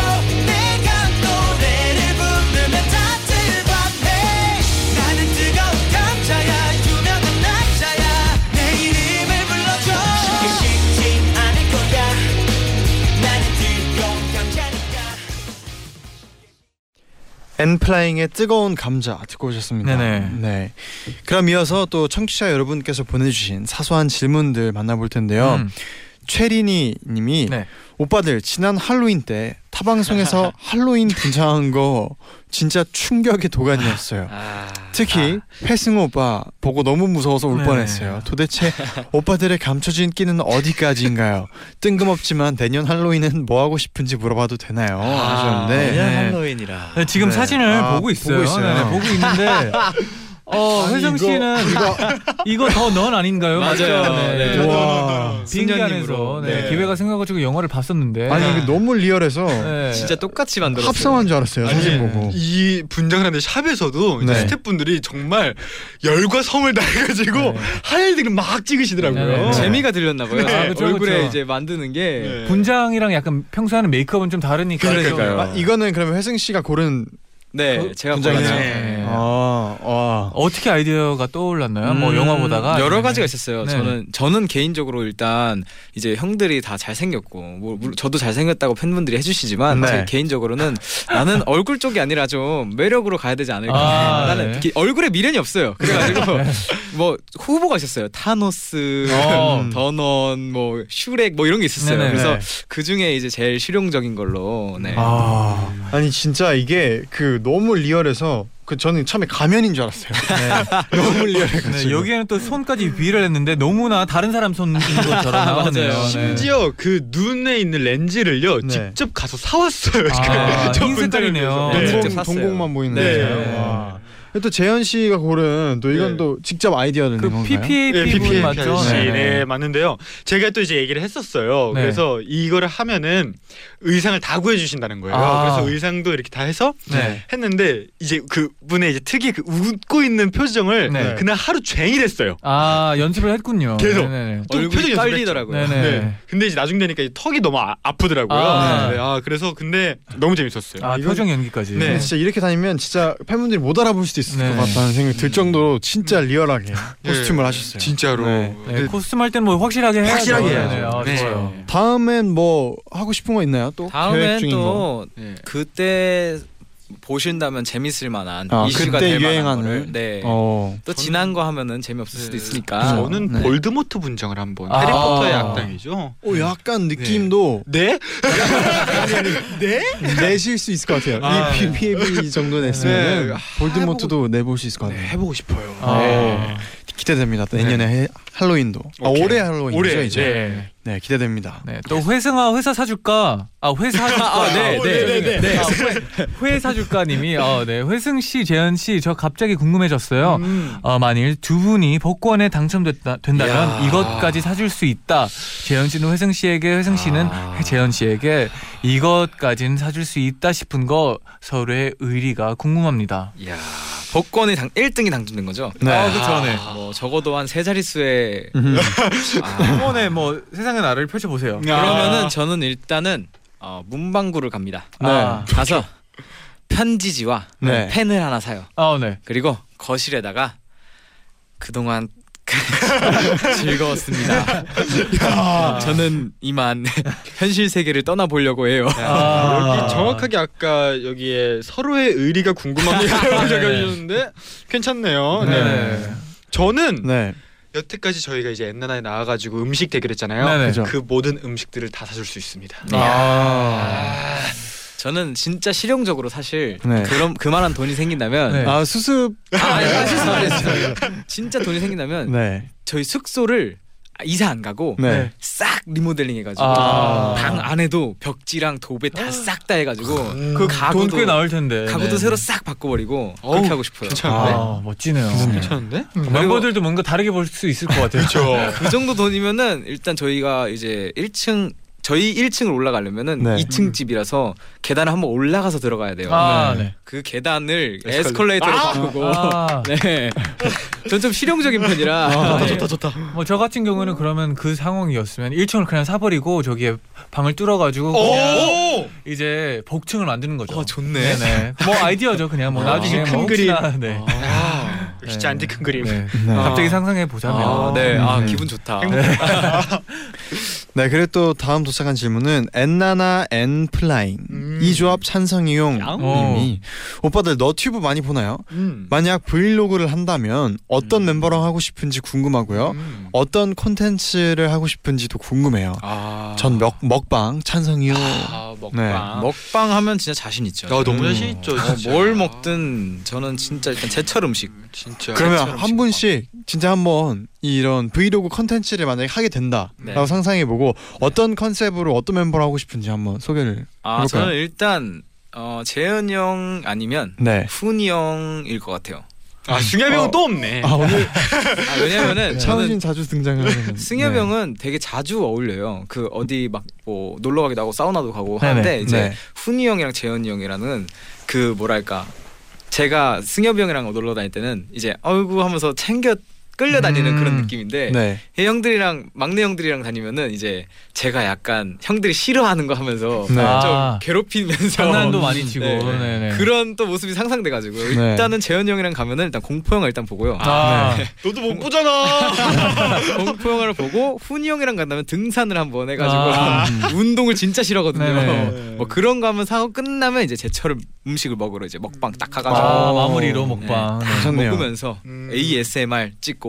Speaker 1: 내가 노래를 부르면 다들 반해 나는 뜨거운 감자야 유명한 남자야 내 이름을 불러줘 쉽게 쉽진 않을 거야 나는 뜨거운 감자니까
Speaker 4: 엔플라잉의 뜨거운 감자 듣고 오셨습니다.
Speaker 2: 네네.
Speaker 4: 네. 그럼 이어서 또 청취자 여러분께서 보내주신 사소한 질문들 만나볼 텐데요.
Speaker 6: 아,
Speaker 2: 음.
Speaker 4: 최린이님이
Speaker 2: 네.
Speaker 4: 오빠들 지난 할로윈 때
Speaker 2: <laughs>
Speaker 4: 타방송에서 할로윈 분장한 거 진짜 충격의 도가니였어요. 특히 패승호 오빠 보고 너무 무서워서 울
Speaker 2: 아. 네.
Speaker 4: 뻔했어요. 도대체 오빠들의 감춰진 끼는 어디까지인가요? 뜬금없지만 내년 할로윈은 뭐 하고 싶은지 물어봐도 되나요? 하셨는데
Speaker 7: 내년
Speaker 2: 네.
Speaker 7: 할로윈이라.
Speaker 2: 네, 지금
Speaker 4: 네.
Speaker 2: 사진을
Speaker 4: 아,
Speaker 2: 보고 있어요.
Speaker 4: 보고 있어요.
Speaker 2: 네, 네, 보고 있는데. 어, 회정 씨는 이거 <laughs> 이거 더 넌 아닌가요? 그렇죠?
Speaker 7: 맞아요. 네.
Speaker 2: 저도
Speaker 4: 와.
Speaker 2: 비행기
Speaker 7: 숙녀님으로.
Speaker 2: 안에서 네,
Speaker 7: 네.
Speaker 2: 기회가 생겨가지고 영화를 봤었는데.
Speaker 4: 아니 이게 너무 리얼해서
Speaker 2: 네.
Speaker 7: 진짜 똑같이 만들었어요.
Speaker 4: 합성한 줄 알았어요 네. 사진
Speaker 6: 아니,
Speaker 4: 보고.
Speaker 6: 이 분장을 하는데 샵에서도 이제
Speaker 4: 네.
Speaker 6: 스태프분들이 정말 열과 성을 다해가지고
Speaker 2: 네.
Speaker 6: 하이라이트를 막 찍으시더라고요.
Speaker 2: 네, 네, 네.
Speaker 7: 재미가 들렸나 봐요.
Speaker 2: 네.
Speaker 7: 아,
Speaker 2: 그쵸,
Speaker 7: 얼굴에
Speaker 2: 그쵸.
Speaker 7: 이제 만드는 게
Speaker 6: 네.
Speaker 2: 분장이랑 약간 평소 하는 메이크업은 좀 다르니까.
Speaker 7: 그러니까요.
Speaker 4: 아, 이거는 그러면 회승 씨가 고른
Speaker 7: 네,
Speaker 2: 그
Speaker 7: 제가
Speaker 4: 분장이죠.
Speaker 7: 골랐죠.
Speaker 2: 네.
Speaker 4: 아, 아.
Speaker 2: 어떻게 아이디어가 떠올랐나요? 뭐
Speaker 7: 음,
Speaker 2: 영화 보다가
Speaker 7: 여러
Speaker 2: 아니면은-
Speaker 7: 가지가 있었어요.
Speaker 2: 네.
Speaker 7: 저는 저는 개인적으로 일단 이제 형들이 다 잘생겼고 뭐 물론 저도 잘생겼다고 팬분들이 해주시지만
Speaker 4: 네.
Speaker 7: 제 개인적으로는 나는 얼굴 쪽이 아니라 좀 매력으로 가야 되지 않을까.
Speaker 2: 아,
Speaker 7: 나는
Speaker 2: 네.
Speaker 7: 이렇게 얼굴에 미련이 없어요.
Speaker 2: <laughs>
Speaker 7: 그래가지고 뭐 후보가 있었어요. 타노스,
Speaker 2: 어.
Speaker 7: <laughs> 더넌, 뭐 슈렉 뭐 이런 게 있었어요.
Speaker 2: 네네.
Speaker 7: 그래서
Speaker 4: 네.
Speaker 7: 그 중에 이제 제일 실용적인 걸로. 네.
Speaker 4: 아 아니 진짜 이게 그 너무 리얼해서 그 저는 처음에 가면인 줄 알았어요. 너무 리얼해가지고.
Speaker 2: 네, 여기에는 또 손까지 비를 했는데 너무나 다른 사람 손인 것처럼 나오네요.
Speaker 7: 맞아요.
Speaker 2: 네.
Speaker 6: 심지어 그 눈에 있는 렌즈를요
Speaker 4: 네.
Speaker 6: 직접 가서 사왔어요.
Speaker 2: 아,
Speaker 6: <laughs> 저
Speaker 2: 흰 색깔이네요.
Speaker 6: 분장을
Speaker 7: 네.
Speaker 6: 위해서.
Speaker 7: 직접
Speaker 4: 동공
Speaker 7: 샀어요.
Speaker 4: 동공만 보이는
Speaker 6: 네.
Speaker 4: 거예요. 와. 또 재현 씨가 고른 또 이건
Speaker 6: 네.
Speaker 4: 또 직접 아이디어를
Speaker 2: 그
Speaker 4: 낸 건가요?
Speaker 2: PPA
Speaker 6: 네,
Speaker 2: 분
Speaker 6: PPA
Speaker 2: 맞죠?
Speaker 6: 아저씨.
Speaker 2: 네.
Speaker 6: 네. 맞는데요. 제가 또 이제 얘기를 했었어요.
Speaker 2: 네.
Speaker 6: 그래서 이거를 하면은 의상을 다 구해주신다는 거예요.
Speaker 2: 아.
Speaker 6: 그래서 의상도 이렇게 다 해서
Speaker 2: 네.
Speaker 6: 했는데 이제 그 분의 이제 특이 그 웃고 있는 표정을
Speaker 2: 네.
Speaker 6: 그날 하루 종일 했어요.
Speaker 2: 아 연습을 했군요.
Speaker 6: 계속.
Speaker 2: 네네.
Speaker 6: 좀
Speaker 7: 얼굴이
Speaker 6: 표정이
Speaker 7: 떨리더라고요.
Speaker 2: 네네.
Speaker 6: 네. 근데 이제 나중 되니까 이 턱이 너무 아, 아프더라고요.
Speaker 2: 아.
Speaker 6: 아. 네. 아 그래서 근데 너무 재밌었어요.
Speaker 2: 아
Speaker 4: 이건-
Speaker 2: 표정 연기까지.
Speaker 4: 근데 진짜 이렇게 다니면 진짜 팬분들이 못 알아볼 수도 있을
Speaker 2: 네.
Speaker 4: 것 같다는 생각이 들 정도로 진짜 리얼하게
Speaker 6: 네.
Speaker 4: 코스튬을 하셨어요. 그
Speaker 6: 진짜로.
Speaker 2: 네.
Speaker 6: 근데
Speaker 2: 코스튬 할 때는 뭐 확실하게 해야죠.
Speaker 6: 확실하게
Speaker 2: 네,
Speaker 6: 해야죠.
Speaker 2: 네. 아,
Speaker 6: 네.
Speaker 2: 좋아요.
Speaker 4: 다음엔 뭐 하고 싶은 거 있나요? 또 계획
Speaker 7: 다음엔
Speaker 4: 중인 거.
Speaker 7: 또
Speaker 6: 네.
Speaker 7: 그때 보신다면 재밌을 만한
Speaker 4: 아,
Speaker 7: 이슈가
Speaker 4: 그때
Speaker 7: 될
Speaker 4: 유행하는.
Speaker 7: 만한 거를 네.
Speaker 4: 어.
Speaker 7: 또
Speaker 6: 저는-
Speaker 7: 지난 거 하면은 재미없을 수도
Speaker 6: 네.
Speaker 7: 있으니까
Speaker 6: 저는
Speaker 4: 네.
Speaker 6: 볼드모트 분장을 한번
Speaker 2: 아.
Speaker 6: 해리포터의 악당이죠.
Speaker 4: 오 어, 약간 느낌도
Speaker 6: 네?
Speaker 4: <laughs> 내실 수 있을 것 같아요.
Speaker 6: 아,
Speaker 4: 이 PPAB 정도 냈으면
Speaker 6: 네.
Speaker 4: 볼드모트도 내볼 수 있을 것
Speaker 6: 네,
Speaker 4: 같아요.
Speaker 6: 해보고 싶어요.
Speaker 2: 아.
Speaker 4: 네. 기대됩니다. 또 내년에 해- 할로윈도. 아,
Speaker 6: 오케이.
Speaker 4: 올해 할로윈이죠
Speaker 6: 올해,
Speaker 4: 이제. 네.
Speaker 2: 네.
Speaker 4: 기대됩니다.
Speaker 2: 네. 또 회승아 회사 사줄까? 아 회사 사줄까?
Speaker 7: 아, 네, 네, 네, 네.
Speaker 2: 아, 회, 회 사줄까님이 어, 네 회승 씨 재현 씨 저 갑자기 궁금해졌어요.
Speaker 6: 음.
Speaker 2: 어, 만일 두 분이 복권에 당첨된다면
Speaker 7: 이야.
Speaker 2: 이것까지 사줄 수 있다. 재현 씨는 회승 씨에게, 회승 씨는
Speaker 7: 아.
Speaker 2: 재현 씨에게 이것까지는 사줄 수 있다 싶은 거 서로의 의리가 궁금합니다.
Speaker 7: 이야 복권이 당 1등이 당첨된 거죠?
Speaker 4: 네. 음. 아,
Speaker 7: 그렇죠, 네. 뭐 적어도 한 세 자릿수에 아,
Speaker 2: 이번에 뭐 세상의 나를 펼쳐 보세요.
Speaker 6: 아,
Speaker 7: 그러면은 저는 일단은 어, 문방구를 갑니다.
Speaker 2: 네.
Speaker 7: 아, 가서 편지지와
Speaker 4: 네.
Speaker 7: 펜을 하나 사요.
Speaker 2: 아, 네.
Speaker 7: 그리고 거실에다가 그동안 <laughs> 즐거웠습니다. 저는 이만 현실 세계를 떠나보려고 해요.
Speaker 2: 아.
Speaker 6: 여기 정확하게 아까 여기에 서로의
Speaker 2: <laughs>
Speaker 6: 의리가 궁금합니다.
Speaker 2: 네.
Speaker 6: 적어주셨는데 괜찮네요. 네.
Speaker 2: 네.
Speaker 6: 저는
Speaker 4: 네.
Speaker 6: 여태까지 저희가 이제 엔나나에 나와가지고 음식 대결했잖아요.
Speaker 2: 네네.
Speaker 4: 그죠.
Speaker 6: 그 모든 음식들을 다 사줄 수 있습니다.
Speaker 2: 아.
Speaker 7: 저는 진짜 실용적으로 사실
Speaker 4: 네.
Speaker 7: 그런 그만한 돈이 생긴다면
Speaker 2: 네.
Speaker 4: 아 수습.
Speaker 7: 아, 아니, 아니, 죄송합니다, 죄송합니다. 진짜 돈이 생긴다면
Speaker 4: 네.
Speaker 7: 저희 숙소를 이사 안 가고
Speaker 4: 네.
Speaker 7: 싹 리모델링 해가지고
Speaker 2: 아.
Speaker 7: 방 안에도 벽지랑 도배 다 싹 다 해가지고
Speaker 2: 그
Speaker 7: 가구도-
Speaker 2: 돈꽤 나올 텐데.
Speaker 7: 가구도
Speaker 2: 네.
Speaker 7: 새로 싹 바꿔버리고 그렇게
Speaker 6: 어우,
Speaker 7: 하고 싶어요.
Speaker 6: 괜찮은데?
Speaker 2: 아 멋지네요.
Speaker 6: 괜찮은데?
Speaker 2: 멤버들도 뭔가 다르게 볼 수 있을 것 같아요.
Speaker 7: 그 정도 돈이면은 일단 저희가 이제 1층 저희 1층을 올라가려면은
Speaker 4: 네.
Speaker 7: 2층 집이라서 계단을 한번 올라가서 들어가야 돼요.
Speaker 2: 아 네.
Speaker 7: 그 계단을 에스컬레이터로 바꾸고
Speaker 2: 아.
Speaker 7: 네. 전 좀 실용적인 편이라
Speaker 2: 좋다 좋다. 뭐 저 같은 경우는 그러면 그 상황이었으면 1층을 그냥 사버리고 저기에 방을 뚫어가지고 그냥
Speaker 6: 오!
Speaker 2: 이제 복층을 만드는 거죠.
Speaker 7: 어, 좋네.
Speaker 2: 네네. 뭐 아이디어죠 그냥 뭐 나중에
Speaker 6: 큰
Speaker 2: 뭐
Speaker 6: 그림.
Speaker 2: 혹시나, 네.
Speaker 6: 아, 역시
Speaker 2: 네.
Speaker 6: 잔디 큰 그림.
Speaker 2: 네.
Speaker 4: 네.
Speaker 6: 아,
Speaker 2: 갑자기 상상해 보자면
Speaker 7: 아, 네. 아,
Speaker 4: 음.
Speaker 7: 기분 좋다.
Speaker 4: 네, 그리고 또 다음 도착한 질문은 엔나나 엔 플라잉
Speaker 6: 음. 어.
Speaker 4: 이 조합 찬성이용
Speaker 7: 야옹.
Speaker 4: 님이 오빠들 너튜브 많이 보나요?
Speaker 6: 음.
Speaker 4: 만약 브이로그를 한다면 어떤
Speaker 7: 음.
Speaker 4: 멤버랑 하고 싶은지 궁금하고요.
Speaker 6: 음.
Speaker 4: 어떤 콘텐츠를 하고 싶은지도 궁금해요.
Speaker 7: 아.
Speaker 4: 전 먹, 먹방 찬성이요.
Speaker 6: 아
Speaker 4: 네.
Speaker 6: 먹방.
Speaker 7: 먹방 하면 진짜 자신 있죠.
Speaker 6: 아 너무
Speaker 4: 음.
Speaker 6: 자신 있죠.
Speaker 7: 어,
Speaker 6: 진짜.
Speaker 7: 뭘 먹든 저는 진짜 일단 네. 제철 음식.
Speaker 6: 진짜.
Speaker 4: 그러면 한 분씩 진짜 한번 이런 브이로그 콘텐츠를 만약에 하게 된다라고
Speaker 7: 네.
Speaker 4: 상상해보고 어떤 컨셉으로 어떤 멤버를 하고 싶은지 한번 소개를
Speaker 7: 아,
Speaker 4: 해볼까요?
Speaker 7: 저는 일단 어, 재현 형 아니면
Speaker 4: 네.
Speaker 7: 훈이 형일 것 같아요.
Speaker 6: 아 승엽이 형은
Speaker 4: 어.
Speaker 6: 또 없네.
Speaker 4: 아
Speaker 7: <laughs>
Speaker 4: 오늘
Speaker 7: 아, 왜냐면은
Speaker 4: 네. 차우진
Speaker 7: 저는
Speaker 4: 자주 등장하는
Speaker 7: <laughs> 승엽
Speaker 4: 네.
Speaker 7: 형은 되게 자주 어울려요. 그 어디 막 뭐 놀러 가기도 하고 사우나도 가고
Speaker 2: 네네.
Speaker 7: 하는데 이제
Speaker 4: 네.
Speaker 7: 훈이 형이랑 재현이 형이라는 그 뭐랄까 제가 승엽이 형이랑 놀러 다닐 때는 이제 아이고 하면서 챙겨
Speaker 2: 음.
Speaker 7: 끌려다니는 그런 느낌인데
Speaker 4: 네.
Speaker 7: 이 형들이랑 막내 형들이랑 다니면은 이제 제가 약간 형들이 싫어하는 거 하면서
Speaker 4: 네.
Speaker 2: 아.
Speaker 7: 좀 괴롭히면서 <laughs>
Speaker 2: 장난도 많이 치고
Speaker 7: 네.
Speaker 2: 네네.
Speaker 7: 그런 또 모습이 상상돼가지고
Speaker 4: 네.
Speaker 7: 일단은 재현 형이랑 가면은 일단 공포 영화 일단 보고요.
Speaker 2: 아, 네.
Speaker 6: 너도 못 보잖아.
Speaker 2: 음,
Speaker 7: 공포 영화를 보고 훈이 형이랑 간다면 등산을
Speaker 2: 아.
Speaker 7: 한번 해가지고 <laughs> 운동을 진짜 싫어하거든요.
Speaker 2: 네네.
Speaker 7: 뭐 그런 거 하면 사고 끝나면 이제 제철 음식을 먹으러 이제 먹방 딱
Speaker 2: 아,
Speaker 7: 가가지고
Speaker 2: 마무리로
Speaker 7: 네,
Speaker 2: 먹방.
Speaker 7: 딱
Speaker 2: 네. 음.
Speaker 4: 좋네요.
Speaker 7: 먹으면서
Speaker 6: 음.
Speaker 7: ASMR 찍고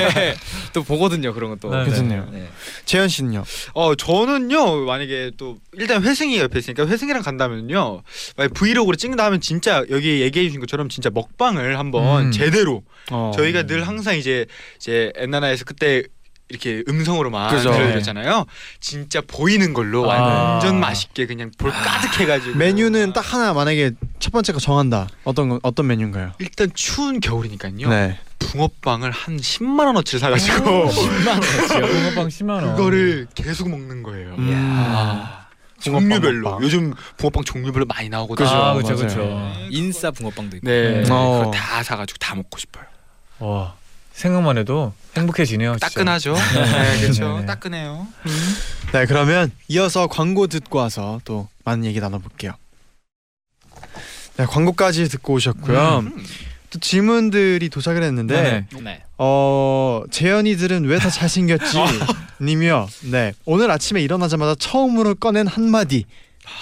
Speaker 7: <laughs> 또 보거든요 그런 것도.
Speaker 2: 네네.
Speaker 4: 괜찮네요.
Speaker 7: 네.
Speaker 4: 재현 씨는요?
Speaker 6: 어 저는요 만약에 또 일단 회승이 옆에 있으니까 회승이랑 간다면요 만약 브이로그로 찍는다 하면 진짜 여기 얘기해 주신 것처럼 진짜 먹방을 한번
Speaker 2: 음.
Speaker 6: 제대로
Speaker 4: 어.
Speaker 6: 저희가 늘 항상 이제 이제 엔나나에서 그때 이렇게 음성으로만
Speaker 4: 그죠.
Speaker 6: 들려드렸잖아요. 진짜 보이는 걸로
Speaker 2: 아.
Speaker 6: 완전 맛있게 그냥 볼 가득해가지고
Speaker 4: 아. 메뉴는 딱 하나 만약에 첫 번째 거 정한다. 어떤 거, 어떤 메뉴인가요?
Speaker 6: 일단 추운 겨울이니까요.
Speaker 4: 네.
Speaker 6: 붕어빵을 한 10만 원어치를 사가지고
Speaker 2: 10만 원. 붕어빵 10만 원.
Speaker 6: 그거를 계속 먹는 거예요.
Speaker 4: 음.
Speaker 6: 아, 종류별로 요즘 붕어빵 종류별로 많이 나오거든요.
Speaker 2: 아,
Speaker 4: 그죠,
Speaker 2: 그렇죠,
Speaker 4: 맞아요.
Speaker 2: 그렇죠.
Speaker 7: 인싸 붕어빵도 있고.
Speaker 6: 네,
Speaker 4: 어.
Speaker 6: 그거 다 사가지고 다 먹고 싶어요.
Speaker 2: 와, 생각만 해도 행복해지네요. 진짜.
Speaker 6: 따끈하죠. 네,
Speaker 2: 네, 네.
Speaker 6: 그렇죠. 따끈해요.
Speaker 4: 네, 그러면 이어서 광고 듣고 와서 또 많은 얘기 나눠볼게요. 네, 광고까지 듣고 오셨고요. 또 질문들이 도착을 했는데
Speaker 2: 네네.
Speaker 7: 네.
Speaker 4: 어 재현이들은 왜 다 잘생겼지? 님이요. 네, 오늘 아침에 일어나자마자 처음으로 꺼낸 한마디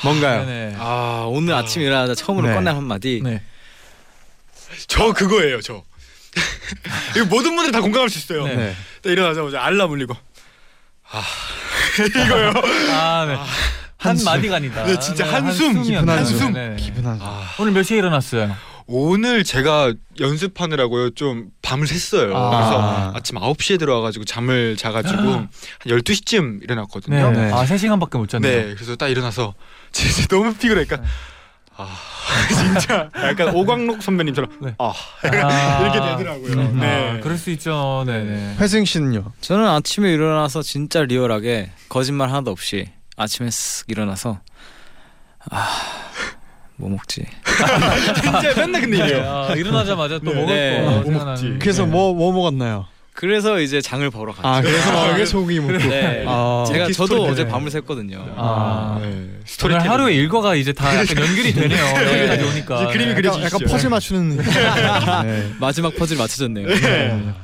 Speaker 4: 뭔가요?
Speaker 2: 네네.
Speaker 7: 아 오늘 아침 일어나자 처음으로
Speaker 4: 네.
Speaker 7: 꺼낸 한마디.
Speaker 2: 네.
Speaker 6: 저 그거예요, 저. <laughs> 이거 모든 분들이 다 공감할 수 있어요.
Speaker 2: 네.
Speaker 6: 딱 일어나자마자 알람 울리고.
Speaker 2: 아, 네. 한
Speaker 4: 한숨.
Speaker 2: 마디가 아니다.
Speaker 6: 네, 진짜 한숨.
Speaker 4: 깊은 한숨.
Speaker 2: 네.
Speaker 4: 기분 안 좋아.
Speaker 2: 오늘 몇 시에 일어났어요?
Speaker 6: 오늘 제가 연습하느라고요. 좀 밤을 샜어요.
Speaker 2: 아.
Speaker 6: 그래서 아침 9시에 들어와가지고 잠을 자가지고 한 12시쯤 일어났거든요. 네.
Speaker 4: 네.
Speaker 2: 아, 3시간밖에 못 잤네요.
Speaker 6: 그래서 딱 일어나서 <laughs> 진짜 너무 피곤하니까 아, <laughs> 진짜 약간 오광록 선배님처럼
Speaker 2: 네.
Speaker 6: 아,
Speaker 2: 아,
Speaker 6: <laughs> 이렇게 되더라고요.
Speaker 2: 음, 아,
Speaker 6: 네.
Speaker 2: 그럴 수 있죠. 네, 네.
Speaker 4: 회승 씨는요?
Speaker 7: 저는 아침에 일어나서 진짜 리얼하게 거짓말 하나도 없이 아침에 쓱 일어나서 아 뭐 먹지?
Speaker 6: 진짜 맨날 근데
Speaker 2: 네,
Speaker 6: 이래요.
Speaker 2: 아, 일어나자마자 또
Speaker 6: 네.
Speaker 2: 먹을
Speaker 7: 네.
Speaker 2: 거
Speaker 7: 뭐
Speaker 2: 생각나는.
Speaker 4: 그래서
Speaker 2: 네.
Speaker 4: 뭐 뭐 먹었나요?
Speaker 7: 그래서 이제 장을 보러 갔죠.
Speaker 4: 아 그래서 먹은 게 소고기
Speaker 6: <laughs>
Speaker 4: 먹고.
Speaker 7: 네.
Speaker 2: 어.
Speaker 4: 아,
Speaker 7: 제가 저도
Speaker 2: 스토리네.
Speaker 7: 어제 밤을 샜거든요.
Speaker 2: 아.
Speaker 6: 네.
Speaker 2: 오늘 하루에 일과가 이제 다 약간 연결이
Speaker 6: <laughs>
Speaker 2: 되네요. 여기까지 오니까.
Speaker 6: 이제 그림이
Speaker 2: 네.
Speaker 6: 그려지시죠.
Speaker 7: 아,
Speaker 4: 약간 퍼즐 맞추는. 느낌. 네.
Speaker 7: 마지막 퍼즐 맞춰졌네요.
Speaker 4: 네.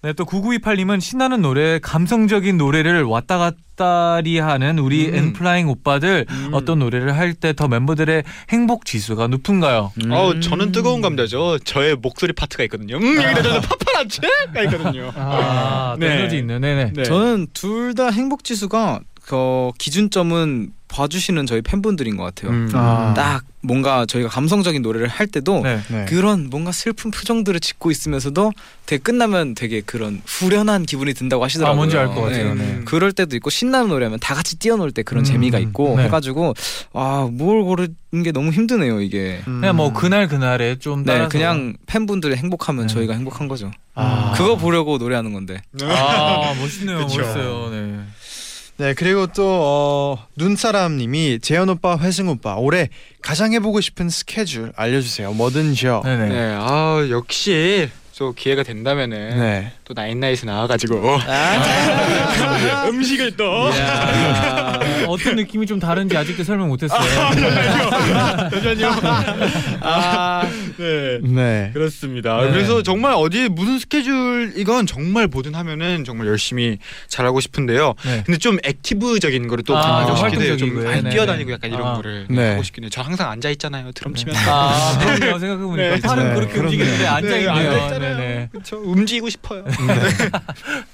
Speaker 2: 네, 또 9928님은 신나는 노래, 감성적인 노래를 왔다 갔다리 하는 우리
Speaker 6: 음.
Speaker 2: 엔플라잉 오빠들
Speaker 6: 음.
Speaker 2: 어떤 노래를 할 때 더 멤버들의 행복 지수가 높은가요?
Speaker 7: 음.
Speaker 6: 어, 저는 뜨거운 감자죠. 저의 목소리 파트가 있거든요. 음, 여기다 저는 파파라체가 있거든요.
Speaker 2: 아, 또
Speaker 6: 네.
Speaker 2: 에너지 있네. 네네.
Speaker 6: 네.
Speaker 7: 저는 둘 다 행복 지수가 그 기준점은 봐주시는 저희 팬분들인 것 같아요.
Speaker 6: 음.
Speaker 4: 아.
Speaker 7: 딱 뭔가 저희가 감성적인 노래를 할 때도
Speaker 2: 네.
Speaker 4: 네.
Speaker 7: 그런 뭔가 슬픈 표정들을 짓고 있으면서도 되게 끝나면 되게 그런 후련한 기분이 든다고 하시더라고요.
Speaker 2: 아, 뭔지 알것 같아요.
Speaker 7: 네.
Speaker 2: 네.
Speaker 6: 음.
Speaker 7: 그럴 때도 있고 신나는 노래하면 다 같이 뛰어놀 때 그런
Speaker 2: 음.
Speaker 7: 재미가 있고
Speaker 2: 네.
Speaker 7: 해가지고 아 뭘 고르는 게 너무 힘드네요 이게.
Speaker 2: 그냥
Speaker 4: 음.
Speaker 2: 뭐 그날 그날에 좀
Speaker 7: 네,
Speaker 2: 따라서
Speaker 7: 그냥 팬분들 행복하면
Speaker 2: 네.
Speaker 7: 저희가 행복한 거죠.
Speaker 4: 아.
Speaker 7: 그거 보려고 노래하는 건데.
Speaker 2: 아, 멋있네요.
Speaker 6: 그쵸.
Speaker 2: 멋있어요. 네.
Speaker 4: 네 그리고 또 어, 눈사람님이 재현 오빠 회승 오빠 올해 가장 해보고 싶은 스케줄 알려주세요 뭐든지요.
Speaker 2: 네, 네.
Speaker 6: 네, 아 역시 또 기회가 된다면은
Speaker 4: 네.
Speaker 6: 또 나인나잇에 나와가지고 <laughs> 음식을 또
Speaker 2: 아, 어떤 느낌이 좀 다른지 아직도 설명 못 했어요.
Speaker 6: <laughs> 네.
Speaker 4: 네.
Speaker 6: 그렇습니다.
Speaker 2: 아, 네.
Speaker 6: 그래서 정말 어디 무슨 스케줄이건 정말 뭐든 하면은 정말 열심히 잘하고 싶은데요.
Speaker 2: 네.
Speaker 6: 근데 좀 액티브적인 거를 또
Speaker 2: 아,
Speaker 6: 강조하고 싶기도 해요.
Speaker 2: 활동적인
Speaker 6: 좀
Speaker 2: 거예요.
Speaker 6: 많이
Speaker 2: 네,
Speaker 6: 뛰어다니고
Speaker 2: 네.
Speaker 6: 약간 이런
Speaker 2: 아.
Speaker 6: 거를
Speaker 4: 네.
Speaker 6: 하고 싶긴 해요. 저 항상 앉아 있잖아요. 드럼 치면
Speaker 2: 아, 그럼요. 생각해보니까
Speaker 6: 네.
Speaker 2: 팔은
Speaker 4: 네,
Speaker 2: 그렇게
Speaker 4: 그럼요.
Speaker 2: 움직이는데
Speaker 6: 앉아
Speaker 2: 앉아있네요.
Speaker 6: 있잖아요.
Speaker 2: 네네.
Speaker 6: 그렇죠. 움직이고 싶어요.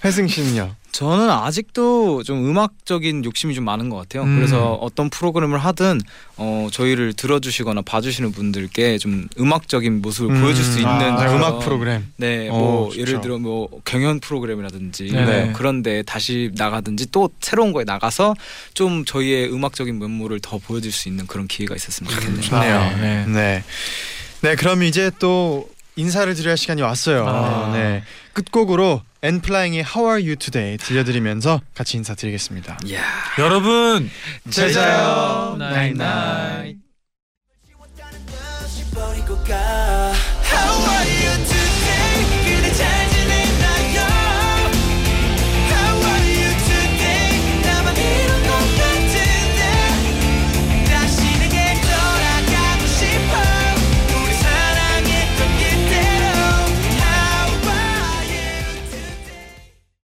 Speaker 4: 회승 씨는요.
Speaker 7: 저는 아직도 좀 음악적인 욕심이 좀 많은 것 같아요.
Speaker 2: 음.
Speaker 7: 그래서 어떤 프로그램을 하든 어, 저희를 들어주시거나 봐주시는 분들께 좀 음악적인 모습을
Speaker 4: 음.
Speaker 7: 보여줄 수 있는
Speaker 4: 아,
Speaker 7: 그런-
Speaker 4: 음악 프로그램.
Speaker 7: 네,
Speaker 4: 어,
Speaker 7: 뭐
Speaker 4: 좋죠.
Speaker 7: 예를 들어 뭐 경연 프로그램이라든지
Speaker 2: 네네.
Speaker 7: 뭐 그런데 다시 나가든지 또 새로운 거에 나가서 좀 저희의 음악적인 면모를 더 보여줄 수 있는 그런 기회가 있었으면 좋겠네요.
Speaker 4: 좋네요.
Speaker 2: 아, 네.
Speaker 4: 네. 네, 그럼 이제 또 인사를 드릴 시간이 왔어요.
Speaker 2: 아.
Speaker 4: 네. 끝곡으로 엔플라잉의 How Are You Today 들려드리면서 같이 인사드리겠습니다.
Speaker 7: 예.
Speaker 2: 여러분,
Speaker 4: 제자요.
Speaker 2: 나잇나잇.
Speaker 1: 듯이 버리고 가